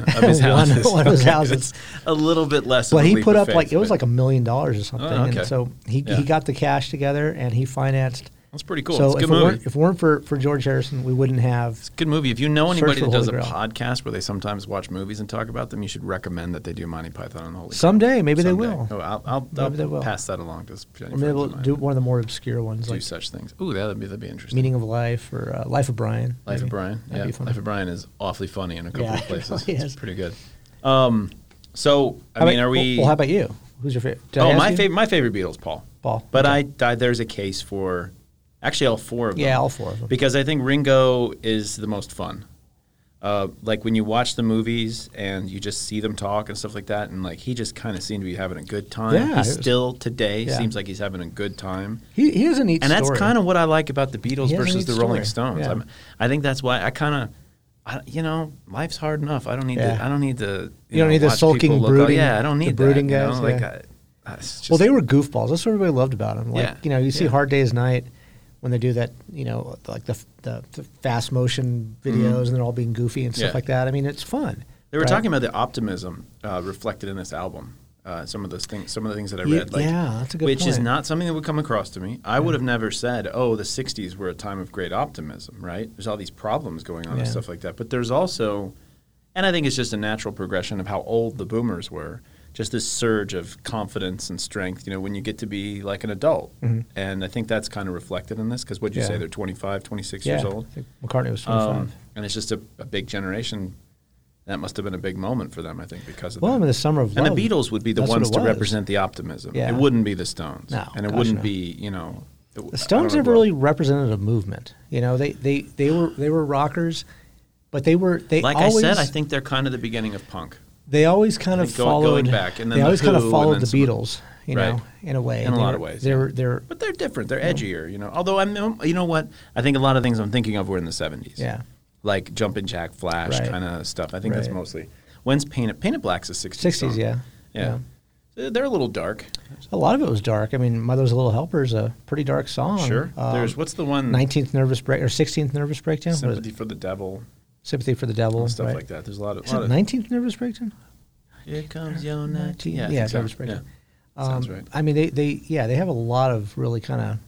S3: of his
S2: One-
S3: houses.
S2: one of his
S3: Okay,
S2: houses.
S3: that's a little bit less. of
S2: But
S3: a
S2: he
S3: leap
S2: put
S3: of
S2: up
S3: faith,
S2: like it was
S3: but
S2: like a million dollars or something,
S3: Oh, okay.
S2: and so he,
S3: Yeah.
S2: he got the cash together and he financed.
S3: That's pretty cool.
S2: So
S3: It's a
S2: if,
S3: good
S2: it
S3: movie.
S2: weren't, if it weren't for, for George Harrison, we wouldn't have.
S3: Good movie. If you know
S2: Search
S3: anybody
S2: for
S3: that
S2: the
S3: does a
S2: Holy Grail.
S3: podcast where they sometimes watch movies and talk about them, you should recommend that they do Monty Python and the Holy Grail.
S2: Someday, maybe they
S3: Someday.
S2: will.
S3: Oh, I'll, I'll,
S2: Maybe
S3: I'll
S2: they will.
S3: pass that along to Jenny.
S2: Or maybe we'll do one of the more obscure ones,
S3: do
S2: like
S3: such things. Ooh, that would be that'd be interesting.
S2: Meaning of Life or uh, Life of Brian.
S3: Life
S2: maybe.
S3: of Brian.
S2: That'd be
S3: yeah,
S2: fun.
S3: Life of Brian is awfully funny in a couple
S2: Yeah,
S3: of
S2: it
S3: places.
S2: really
S3: It's
S2: is.
S3: pretty good. Um, so I
S2: How
S3: mean,
S2: about-
S3: are we?
S2: Well, well, how about you? Who's your favorite? Did I
S3: oh,
S2: ask
S3: my
S2: you?
S3: favorite, my favorite Beatles, Paul.
S2: Paul,
S3: But
S2: okay.
S3: I, I there's a case for actually all four of them.
S2: Yeah, all four of them.
S3: Because I think Ringo is the most fun. Uh, like when you watch the movies and you just see them talk and stuff like that, and like he just kind of seemed to be having a good time.
S2: Yeah,
S3: he
S2: it was-
S3: still today
S2: Yeah.
S3: seems like he's having a good time.
S2: He, he is a neat
S3: And that's
S2: story.
S3: kind of what I like about the Beatles
S2: He has a
S3: versus
S2: neat
S3: the Rolling
S2: story.
S3: Stones.
S2: Yeah.
S3: I'm, I think that's why I kind of, I, you know, life's hard enough. I don't need
S2: Yeah.
S3: to. I don't need to.
S2: You don't need the
S3: watch
S2: sulking,
S3: people look- oh,
S2: brooding-
S3: Yeah, I don't
S2: the
S3: need
S2: brooding
S3: that, you know?
S2: guys,
S3: Like,
S2: yeah.
S3: I- I- it's
S2: well,
S3: just-
S2: they were goofballs. That's what everybody loved about them. Like
S3: Yeah.
S2: you know, you see
S3: Yeah.
S2: Hard Day's Night when they do that. You know, like the the, the fast motion videos and they're all being goofy and stuff
S3: Mm-hmm. Yeah.
S2: like that. I mean, it's fun.
S3: They were
S2: right?
S3: talking about the optimism uh, reflected in this album. Uh, some of those things, some of the things that I
S2: Ye-
S3: read, like,
S2: yeah, that's a good
S3: which is
S2: point.
S3: not something that would come across to me. I would have never said, "Oh, the '60s were a time of great optimism." Right? There's all these problems going on and
S2: Yeah.
S3: stuff like that, but there's also, and I think it's just a natural progression of how old the Boomers were. Just this surge of confidence and strength, you know, when you get to be like an adult, and I think that's kind of reflected in this because what you
S2: Mm-hmm. Yeah.
S3: say they're 25, 26
S2: yeah.
S3: years old.
S2: I think McCartney was twenty five.
S3: Um, and it's just a, a big generation. That must have been a big moment for them, I think, because of
S2: well, I
S3: that.
S2: mean, the summer of
S3: and the
S2: Love,
S3: Beatles would be the
S2: that's what
S3: ones
S2: it
S3: to
S2: was.
S3: represent the optimism.
S2: Yeah.
S3: It wouldn't be the Stones.
S2: No,
S3: and it
S2: gosh,
S3: wouldn't
S2: no.
S3: be, you know. it w- I
S2: The Stones
S3: don't know,
S2: never
S3: well,
S2: really represented a movement. You know, they, they, they were they were rockers, but they were they
S3: Like
S2: always
S3: I said, I think they're kind of the beginning of punk.
S2: they always kind of
S3: think go-
S2: followed
S3: going back, and then
S2: they
S3: the
S2: always kind
S3: Who,
S2: of
S3: and
S2: followed
S3: then
S2: the
S3: some-
S2: Beatles, you know,
S3: Right.
S2: in a way.
S3: In a
S2: They
S3: lot
S2: were-
S3: of ways,
S2: they
S3: yeah.
S2: were they were
S3: But they're different. They're edgier, you know. Although I'm, you know what? I think a lot of things I'm thinking of were in the '70s.
S2: Yeah.
S3: Like Jumpin' Jack Flash
S2: Right.
S3: kind of stuff. I think that's
S2: Right.
S3: mostly. When's Paint It? Paint It Black's a '60s.
S2: 60s,
S3: song.
S2: yeah.
S3: Yeah. They're a little dark.
S2: A lot of it was dark. I mean, Mother's Little Helper is a pretty dark song.
S3: Sure.
S2: Um,
S3: There's what's the one?
S2: 19th nervous break or 16th nervous breakdown. What is
S3: Sympathy
S2: it?
S3: for the Devil.
S2: Sympathy for the devil.
S3: stuff
S2: right?
S3: like that. There's a lot of.
S2: Is
S3: lot
S2: it
S3: of
S2: 19th nervous breakdown?
S3: Here comes your night.
S2: Yeah, Um, yeah
S3: Yeah, I think so.
S2: nervous breakdown.
S3: Yeah. Sounds right.
S2: I mean, they, they yeah they have a lot of really kind of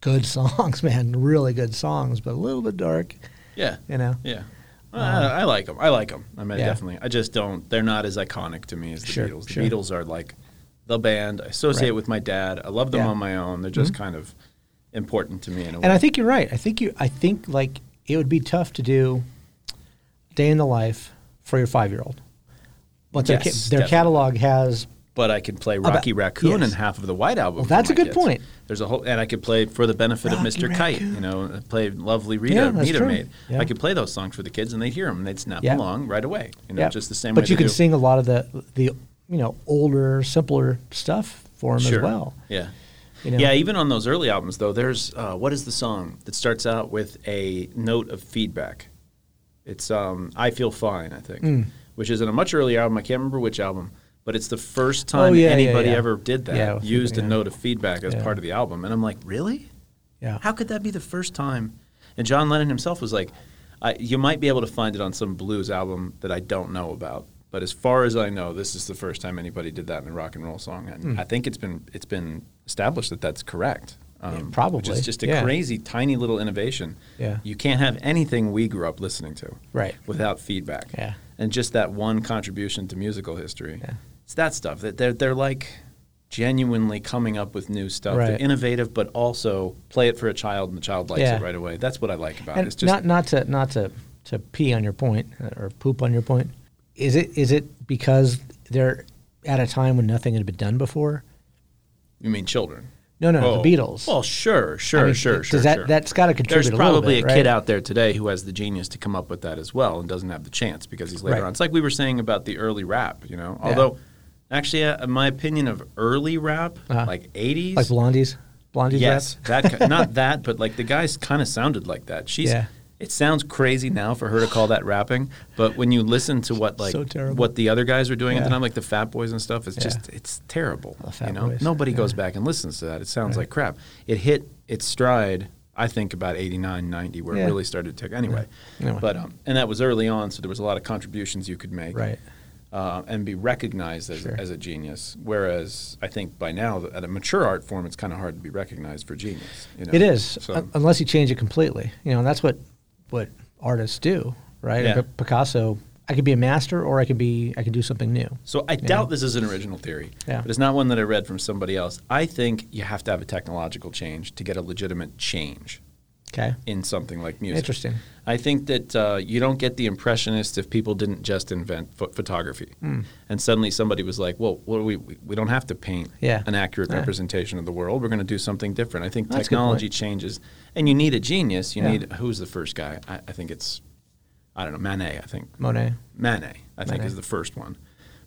S2: good songs, man. Really good songs, but a little bit dark.
S3: Yeah,
S2: You know.
S3: yeah. Well, I, I like them. I like them. I mean,
S2: Um, Yeah.
S3: definitely. I just don't. They're not as iconic to me as the
S2: Sure,
S3: Beatles. The
S2: sure.
S3: Beatles are like the band I associate
S2: Right.
S3: with my dad. I love them
S2: Yeah. Mm-hmm.
S3: on my own. They're just kind of important to me in a way.
S2: And I think you're right. I think you. I think like it would be tough to do day in the life for your five year old, but their,
S3: Yes,
S2: ca- their
S3: definitely.
S2: catalog has
S3: but I could play Rocky
S2: About-
S3: Raccoon
S2: yes.
S3: and half of the White Album. for
S2: that's a
S3: my
S2: good
S3: kids.
S2: point.
S3: There's a whole, and I could play for the benefit
S2: Rocky
S3: of Mr. Kite.
S2: Raccoon.
S3: You know, play "Lovely Rita"
S2: Yeah, that's
S3: Rita
S2: true.
S3: made.
S2: Yeah.
S3: I could play those songs for the kids, and they'd hear them, and they'd snap
S2: Yeah.
S3: along right away. You know,
S2: yeah.
S3: just the same way.
S2: But you
S3: they
S2: can
S3: do.
S2: sing a lot of the the you know older, simpler stuff for them as well.
S3: Yeah.
S2: You know?
S3: Yeah, even on those early albums, though, there's uh, what is the song that starts out with a note of feedback? It's um, I Feel Fine, I think,
S2: Mm.
S3: which is in a much earlier album. I can't remember which album, but it's the first time
S2: Oh, yeah, yeah,
S3: anybody
S2: yeah.
S3: ever did that,
S2: Yeah, with
S3: used
S2: feedback,
S3: a
S2: yeah.
S3: note of feedback as part of the album. And I'm like, really?
S2: Yeah.
S3: How could that be the first time? And John Lennon himself was like, I, you might be able to find it on some blues album that I don't know about. But as far as I know, this is the first time anybody did that in a rock and roll song, and
S2: Hmm.
S3: I think it's been it's been established that that's correct. Um, which
S2: probably,
S3: is just a
S2: yeah.
S3: crazy tiny little innovation.
S2: Yeah.
S3: you can't have anything we grew up listening to,
S2: Right.
S3: without feedback.
S2: Yeah.
S3: and just that one contribution to musical history. Yeah. it's that stuff that they're they're like genuinely coming up with new stuff. They're
S2: Right.
S3: innovative, but also play it for a child, and the child likes
S2: Yeah.
S3: it right away. That's what I like about it.
S2: And
S3: It's just
S2: not not to not to to pee on your point uh, or poop on your point. Is it is it because they're at a time when nothing had been done before?
S3: you mean children.
S2: No, no,
S3: Oh.
S2: Uh, the Beatles.
S3: Well, sure, sure,
S2: I mean,
S3: sure,
S2: does
S3: sure.
S2: that-
S3: sure.
S2: that's gotta contribute
S3: There's
S2: a little
S3: probably
S2: bit,
S3: a kid
S2: right?
S3: out there today who has the genius to come up with that as well and doesn't have the chance because he's later
S2: Right.
S3: on. It's like we were saying about the early rap, you know. Although, actually, uh, my opinion of early rap, like '80s,
S2: Uh-huh. like Blondie's, Blondie's
S3: yes,
S2: rap.
S3: that ki- not that, but like the guys kind of sounded like that. She's.
S2: Yeah.
S3: It sounds crazy now for her to call that rapping, but when you listen to what like
S2: So terrible.
S3: what the other guys were doing at the
S2: Yeah.
S3: time, like the Fat Boys and stuff, it's just it's terrible.
S2: Fat
S3: you know,
S2: Boys.
S3: nobody goes back and listens to that. It sounds like crap. It hit its stride, I think, about 89, 90, where
S2: Yeah.
S3: it really started to take. Anyway,
S2: Anyway.
S3: but um, and that was early on, so there was a lot of contributions you could make,
S2: Right.
S3: Uh, and be recognized as, as a genius. Whereas I think by now, at a mature art form, it's kind of hard to be recognized for genius. You know?
S2: It is, Uh,
S3: So,
S2: un- unless you change it completely. You know, and that's what what artists do, right?
S3: Yeah.
S2: P- Picasso. I could be a master, or I could be I could do something new.
S3: so I doubt this is an original theory,
S2: Yeah.
S3: but it's not one that I read from somebody else. I think you have to have a technological change to get a legitimate change.
S2: Okay,
S3: in something like music.
S2: Interesting.
S3: I think that uh, you don't get the impressionists if people didn't just invent pho- photography,
S2: Mm.
S3: and suddenly somebody was like, "Well, what do we we we don't have to paint
S2: Yeah.
S3: an accurate
S2: Yeah.
S3: representation of the world. We're going to do something different." I think
S2: That's a good
S3: technology
S2: point.
S3: changes, and you need a genius. You
S2: Yeah.
S3: need who's the first guy? I, I think it's I don't know Manet. I think
S2: Monet.
S3: Manet, I think,
S2: Manet.
S3: is the first one.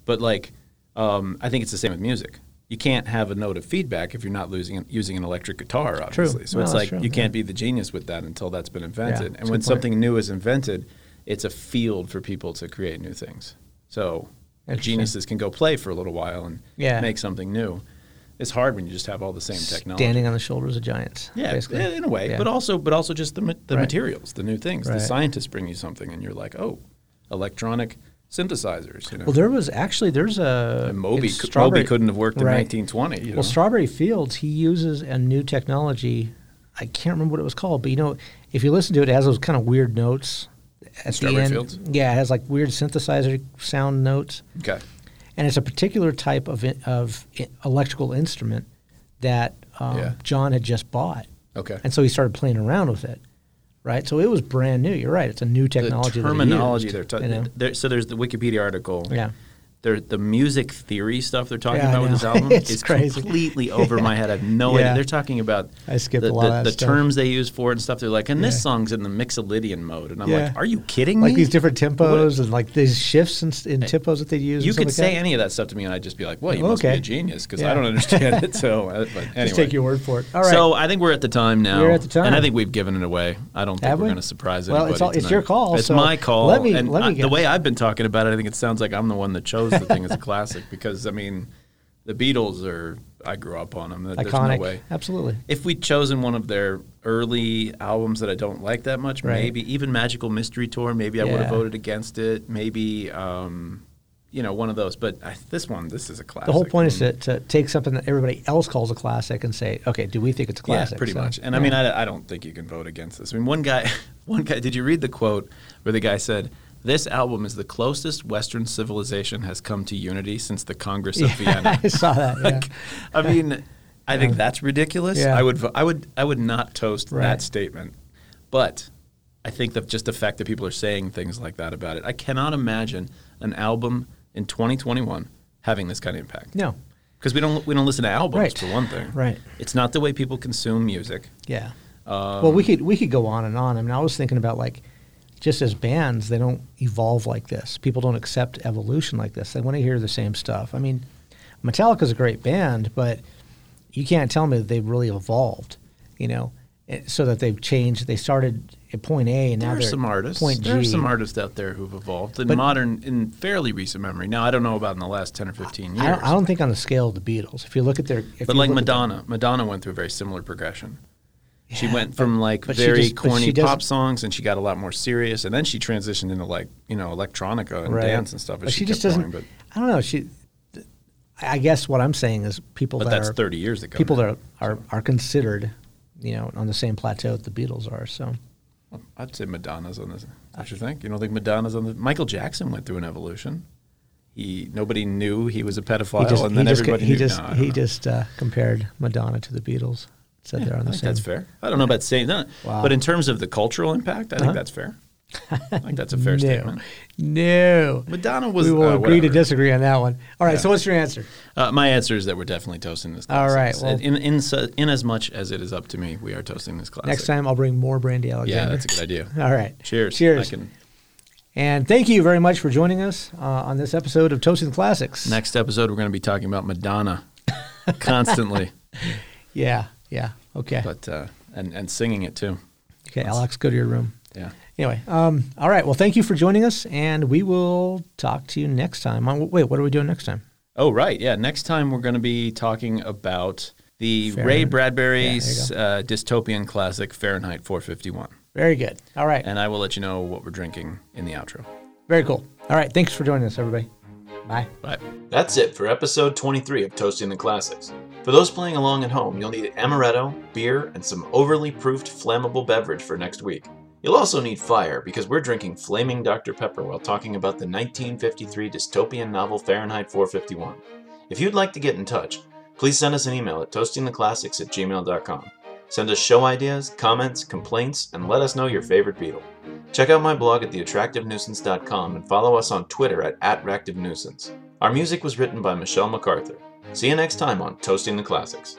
S3: But like, um, I think it's the same with music. You can't have a note of feedback if you're not losing, using an electric guitar, obviously. So
S2: No,
S3: it's
S2: that's
S3: like
S2: true,
S3: you
S2: yeah.
S3: can't be the genius with that until that's been invented.
S2: that's
S3: and
S2: a
S3: when
S2: good point.
S3: something new is invented, it's a field for people to create new things. So the
S2: Interesting.
S3: geniuses can go play for a little while and
S2: Yeah.
S3: make something new. It's hard when you just have all the same technology.
S2: Standing on the shoulders of giants.
S3: Yeah,
S2: basically.
S3: yeah, in a way,
S2: Yeah.
S3: but also, but also just the ma- the
S2: Right.
S3: materials, the new things. The
S2: Right.
S3: scientists bring you something, and you're like, oh, electronic synthesizers. You know,
S2: well, there was actually there's a
S3: And Moby,
S2: in
S3: cou-
S2: Strawberry-
S3: Moby couldn't have worked in
S2: Right.
S3: 1920. You know?
S2: Well, Strawberry Fields, he uses a new technology. I can't remember what it was called, but you know, if you listen to it, it has those kind of weird notes at
S3: Strawberry
S2: the end.
S3: Fields?
S2: Yeah, it has like weird synthesizer sound notes,
S3: okay,
S2: and it's a particular type of in, of i- electrical instrument that um,
S3: Yeah.
S2: John had just bought,
S3: okay.
S2: and so he started playing around with it. Right, so it was brand new. You're right; it's a new technology.
S3: the
S2: that
S3: terminology they're
S2: he used,
S3: talking.
S2: you know?
S3: there, so there's the Wikipedia article.
S2: Yeah.
S3: There, the music theory stuff they're talking
S2: Yeah, I
S3: about with
S2: know.
S3: this album
S2: It's
S3: is
S2: crazy.
S3: completely over my head. I have no
S2: Yeah.
S3: idea. They're talking about
S2: I skipped
S3: the,
S2: a lot
S3: the,
S2: of that
S3: the
S2: stuff.
S3: terms they use for it and stuff. They're like, and
S2: Yeah.
S3: this song's in the mixolydian mode, and I'm
S2: Yeah.
S3: like, are you kidding
S2: like
S3: me?
S2: these different
S3: What-
S2: tempos and like these shifts in, s- in tempos that they use.
S3: You
S2: and stuff
S3: could
S2: like
S3: say
S2: that.
S3: any of that stuff to me, and I'd just be like, "Well, you
S2: Oh,
S3: must be
S2: okay.
S3: a genius," because
S2: Yeah.
S3: I don't understand it. So, uh, but anyway,
S2: Just take your word for it. All right.
S3: So I think we're at the time now.
S2: We're at the
S3: and I
S2: time.
S3: think we've given it away. I don't think
S2: Have
S3: we're
S2: we?
S3: going to surprise
S2: Well,
S3: anybody.
S2: it's all- it's
S3: tonight.
S2: your call,
S3: It's
S2: so
S3: my call.
S2: let me-
S3: and
S2: let me
S3: I- the
S2: guess.
S3: way I've been talking about it, I think it sounds like I'm the one that chose the thing as a classic because I mean, the Beatles are. I grew up on them. There's
S2: Iconic.
S3: no way.
S2: Absolutely.
S3: If we'd chosen one of their early albums that I don't like that much,
S2: Right.
S3: maybe even Magical Mystery Tour, maybe I would
S2: Yeah.
S3: have voted against it. Maybe, um, you know, one of those. But I, this one, this is a classic.
S2: The whole point is
S3: I mean,
S2: to, to take something that everybody else calls a classic and say, okay, do we think it's a classic?
S3: Yeah, pretty
S2: So,
S3: much. And I
S2: yeah.
S3: mean, I, I don't think you can vote against this. I mean, one guy, one guy. Did you read the quote where the guy said? This album is the closest Western civilization has come to unity since the Congress of Vienna.
S2: I saw that. Yeah.
S3: Like, I mean, I think that's ridiculous.
S2: Yeah.
S3: I would, vo- I would, I would not toast
S2: Right.
S3: that statement. But I think that just the fact that people are saying things like that about it, I cannot imagine an album in 2021 having this kind of impact.
S2: no.
S3: because we don't, we don't listen to albums
S2: Right.
S3: for one thing.
S2: Right.
S3: It's not the way people consume music.
S2: Yeah.
S3: Um,
S2: well, we could we could go on and on. I mean, I was thinking about like, just as bands, they don't evolve like this. People don't accept evolution like this. They want to hear the same stuff. I mean, Metallica's a great band, but you can't tell me that they've really evolved. You know, eh, so that they've changed. They started at point A, and now
S3: There are
S2: they're
S3: some
S2: at
S3: artists.
S2: Point
S3: there are
S2: G.
S3: some artists out there who've evolved in
S2: But-
S3: modern, in fairly recent memory. Now, I don't know about in the last 10 or 15 years.
S2: I don't, I don't think on the scale of the Beatles. If you look at their, if
S3: but
S2: you
S3: like
S2: look at the-
S3: Madonna, Madonna went through a very similar progression. she went from like
S2: but she
S3: very
S2: just- but
S3: corny
S2: she doesn't-
S3: pop songs, and she got a lot more serious, and then she transitioned into like you know electronica and
S2: Right.
S3: dance and stuff. as
S2: But she, just
S3: kept
S2: doesn't.
S3: going, but
S2: I don't know. She. I guess what I'm saying is people
S3: but
S2: that
S3: that's
S2: are
S3: 30 years ago.
S2: people
S3: now.
S2: that are, are are considered, you know, on the same plateau that the Beatles are. So
S3: I'd say Madonna's on this.
S2: Uh,
S3: Don't you think? You don't think Madonna's on the? Michael Jackson went through an evolution. He nobody knew he was a pedophile, and then
S2: just
S3: everybody
S2: he
S3: knew.
S2: just
S3: No, I don't
S2: he
S3: know.
S2: just uh, compared Madonna to the Beatles. Said they're on
S3: I
S2: the
S3: think
S2: same.
S3: that's fair. I don't know about saying that,
S2: Wow. Uh-huh.
S3: but in terms of the cultural impact, I think that's fair. I think that's a fair
S2: No,
S3: statement.
S2: no.
S3: Madonna was.
S2: we will
S3: uh,
S2: agree to
S3: whatever.
S2: disagree on that one. All right.
S3: Yeah.
S2: So what's your answer?
S3: Uh, my answer is that we're definitely toasting this.
S2: All
S3: Classic.
S2: right, well-
S3: in in, so, in as much as it is up to me, we are toasting this classic.
S2: Next time I'll bring more Brandy Alexander.
S3: Yeah, that's a good idea.
S2: All right.
S3: Cheers.
S2: Cheers.
S3: I can-
S2: And thank you very much for joining us uh, on this episode of Toasting the Classics.
S3: next episode, we're going to be talking about Madonna constantly,
S2: Yeah. Yeah. Okay.
S3: but uh, and and singing it too.
S2: okay, Alex, go to your room.
S3: Yeah.
S2: Anyway, um, all right. Well, thank you for joining us, and we will talk to you next time. Uh, Wait, what are we doing next time?
S3: Oh, right. Yeah. Next time, we're going to be talking about the Ray
S2: Fahrenheit.
S3: Bradbury's uh, dystopian classic, Fahrenheit 451.
S2: Very good. All right.
S3: And I will let you know what we're drinking in the outro.
S2: Very cool. All right. Thanks for joining us, everybody. Bye.
S3: Bye.
S1: That's it for episode 23 of Toasting the Classics. For those playing along at home, you'll need amaretto, beer, and some overly proofed flammable beverage for next week. You'll also need fire because we're drinking flaming Dr. Pepper while talking about the 1953 dystopian novel Fahrenheit 451. If you'd like to get in touch, please send us an email at toastingtheclassics at gmail.com. Send us show ideas, comments, complaints, and let us know your favorite Beatle. Check out my blog at theattractivenuisance.com and follow us on Twitter at @activenuisance. Our music was written by Michelle MacArthur. See you next time on Toasting the Classics.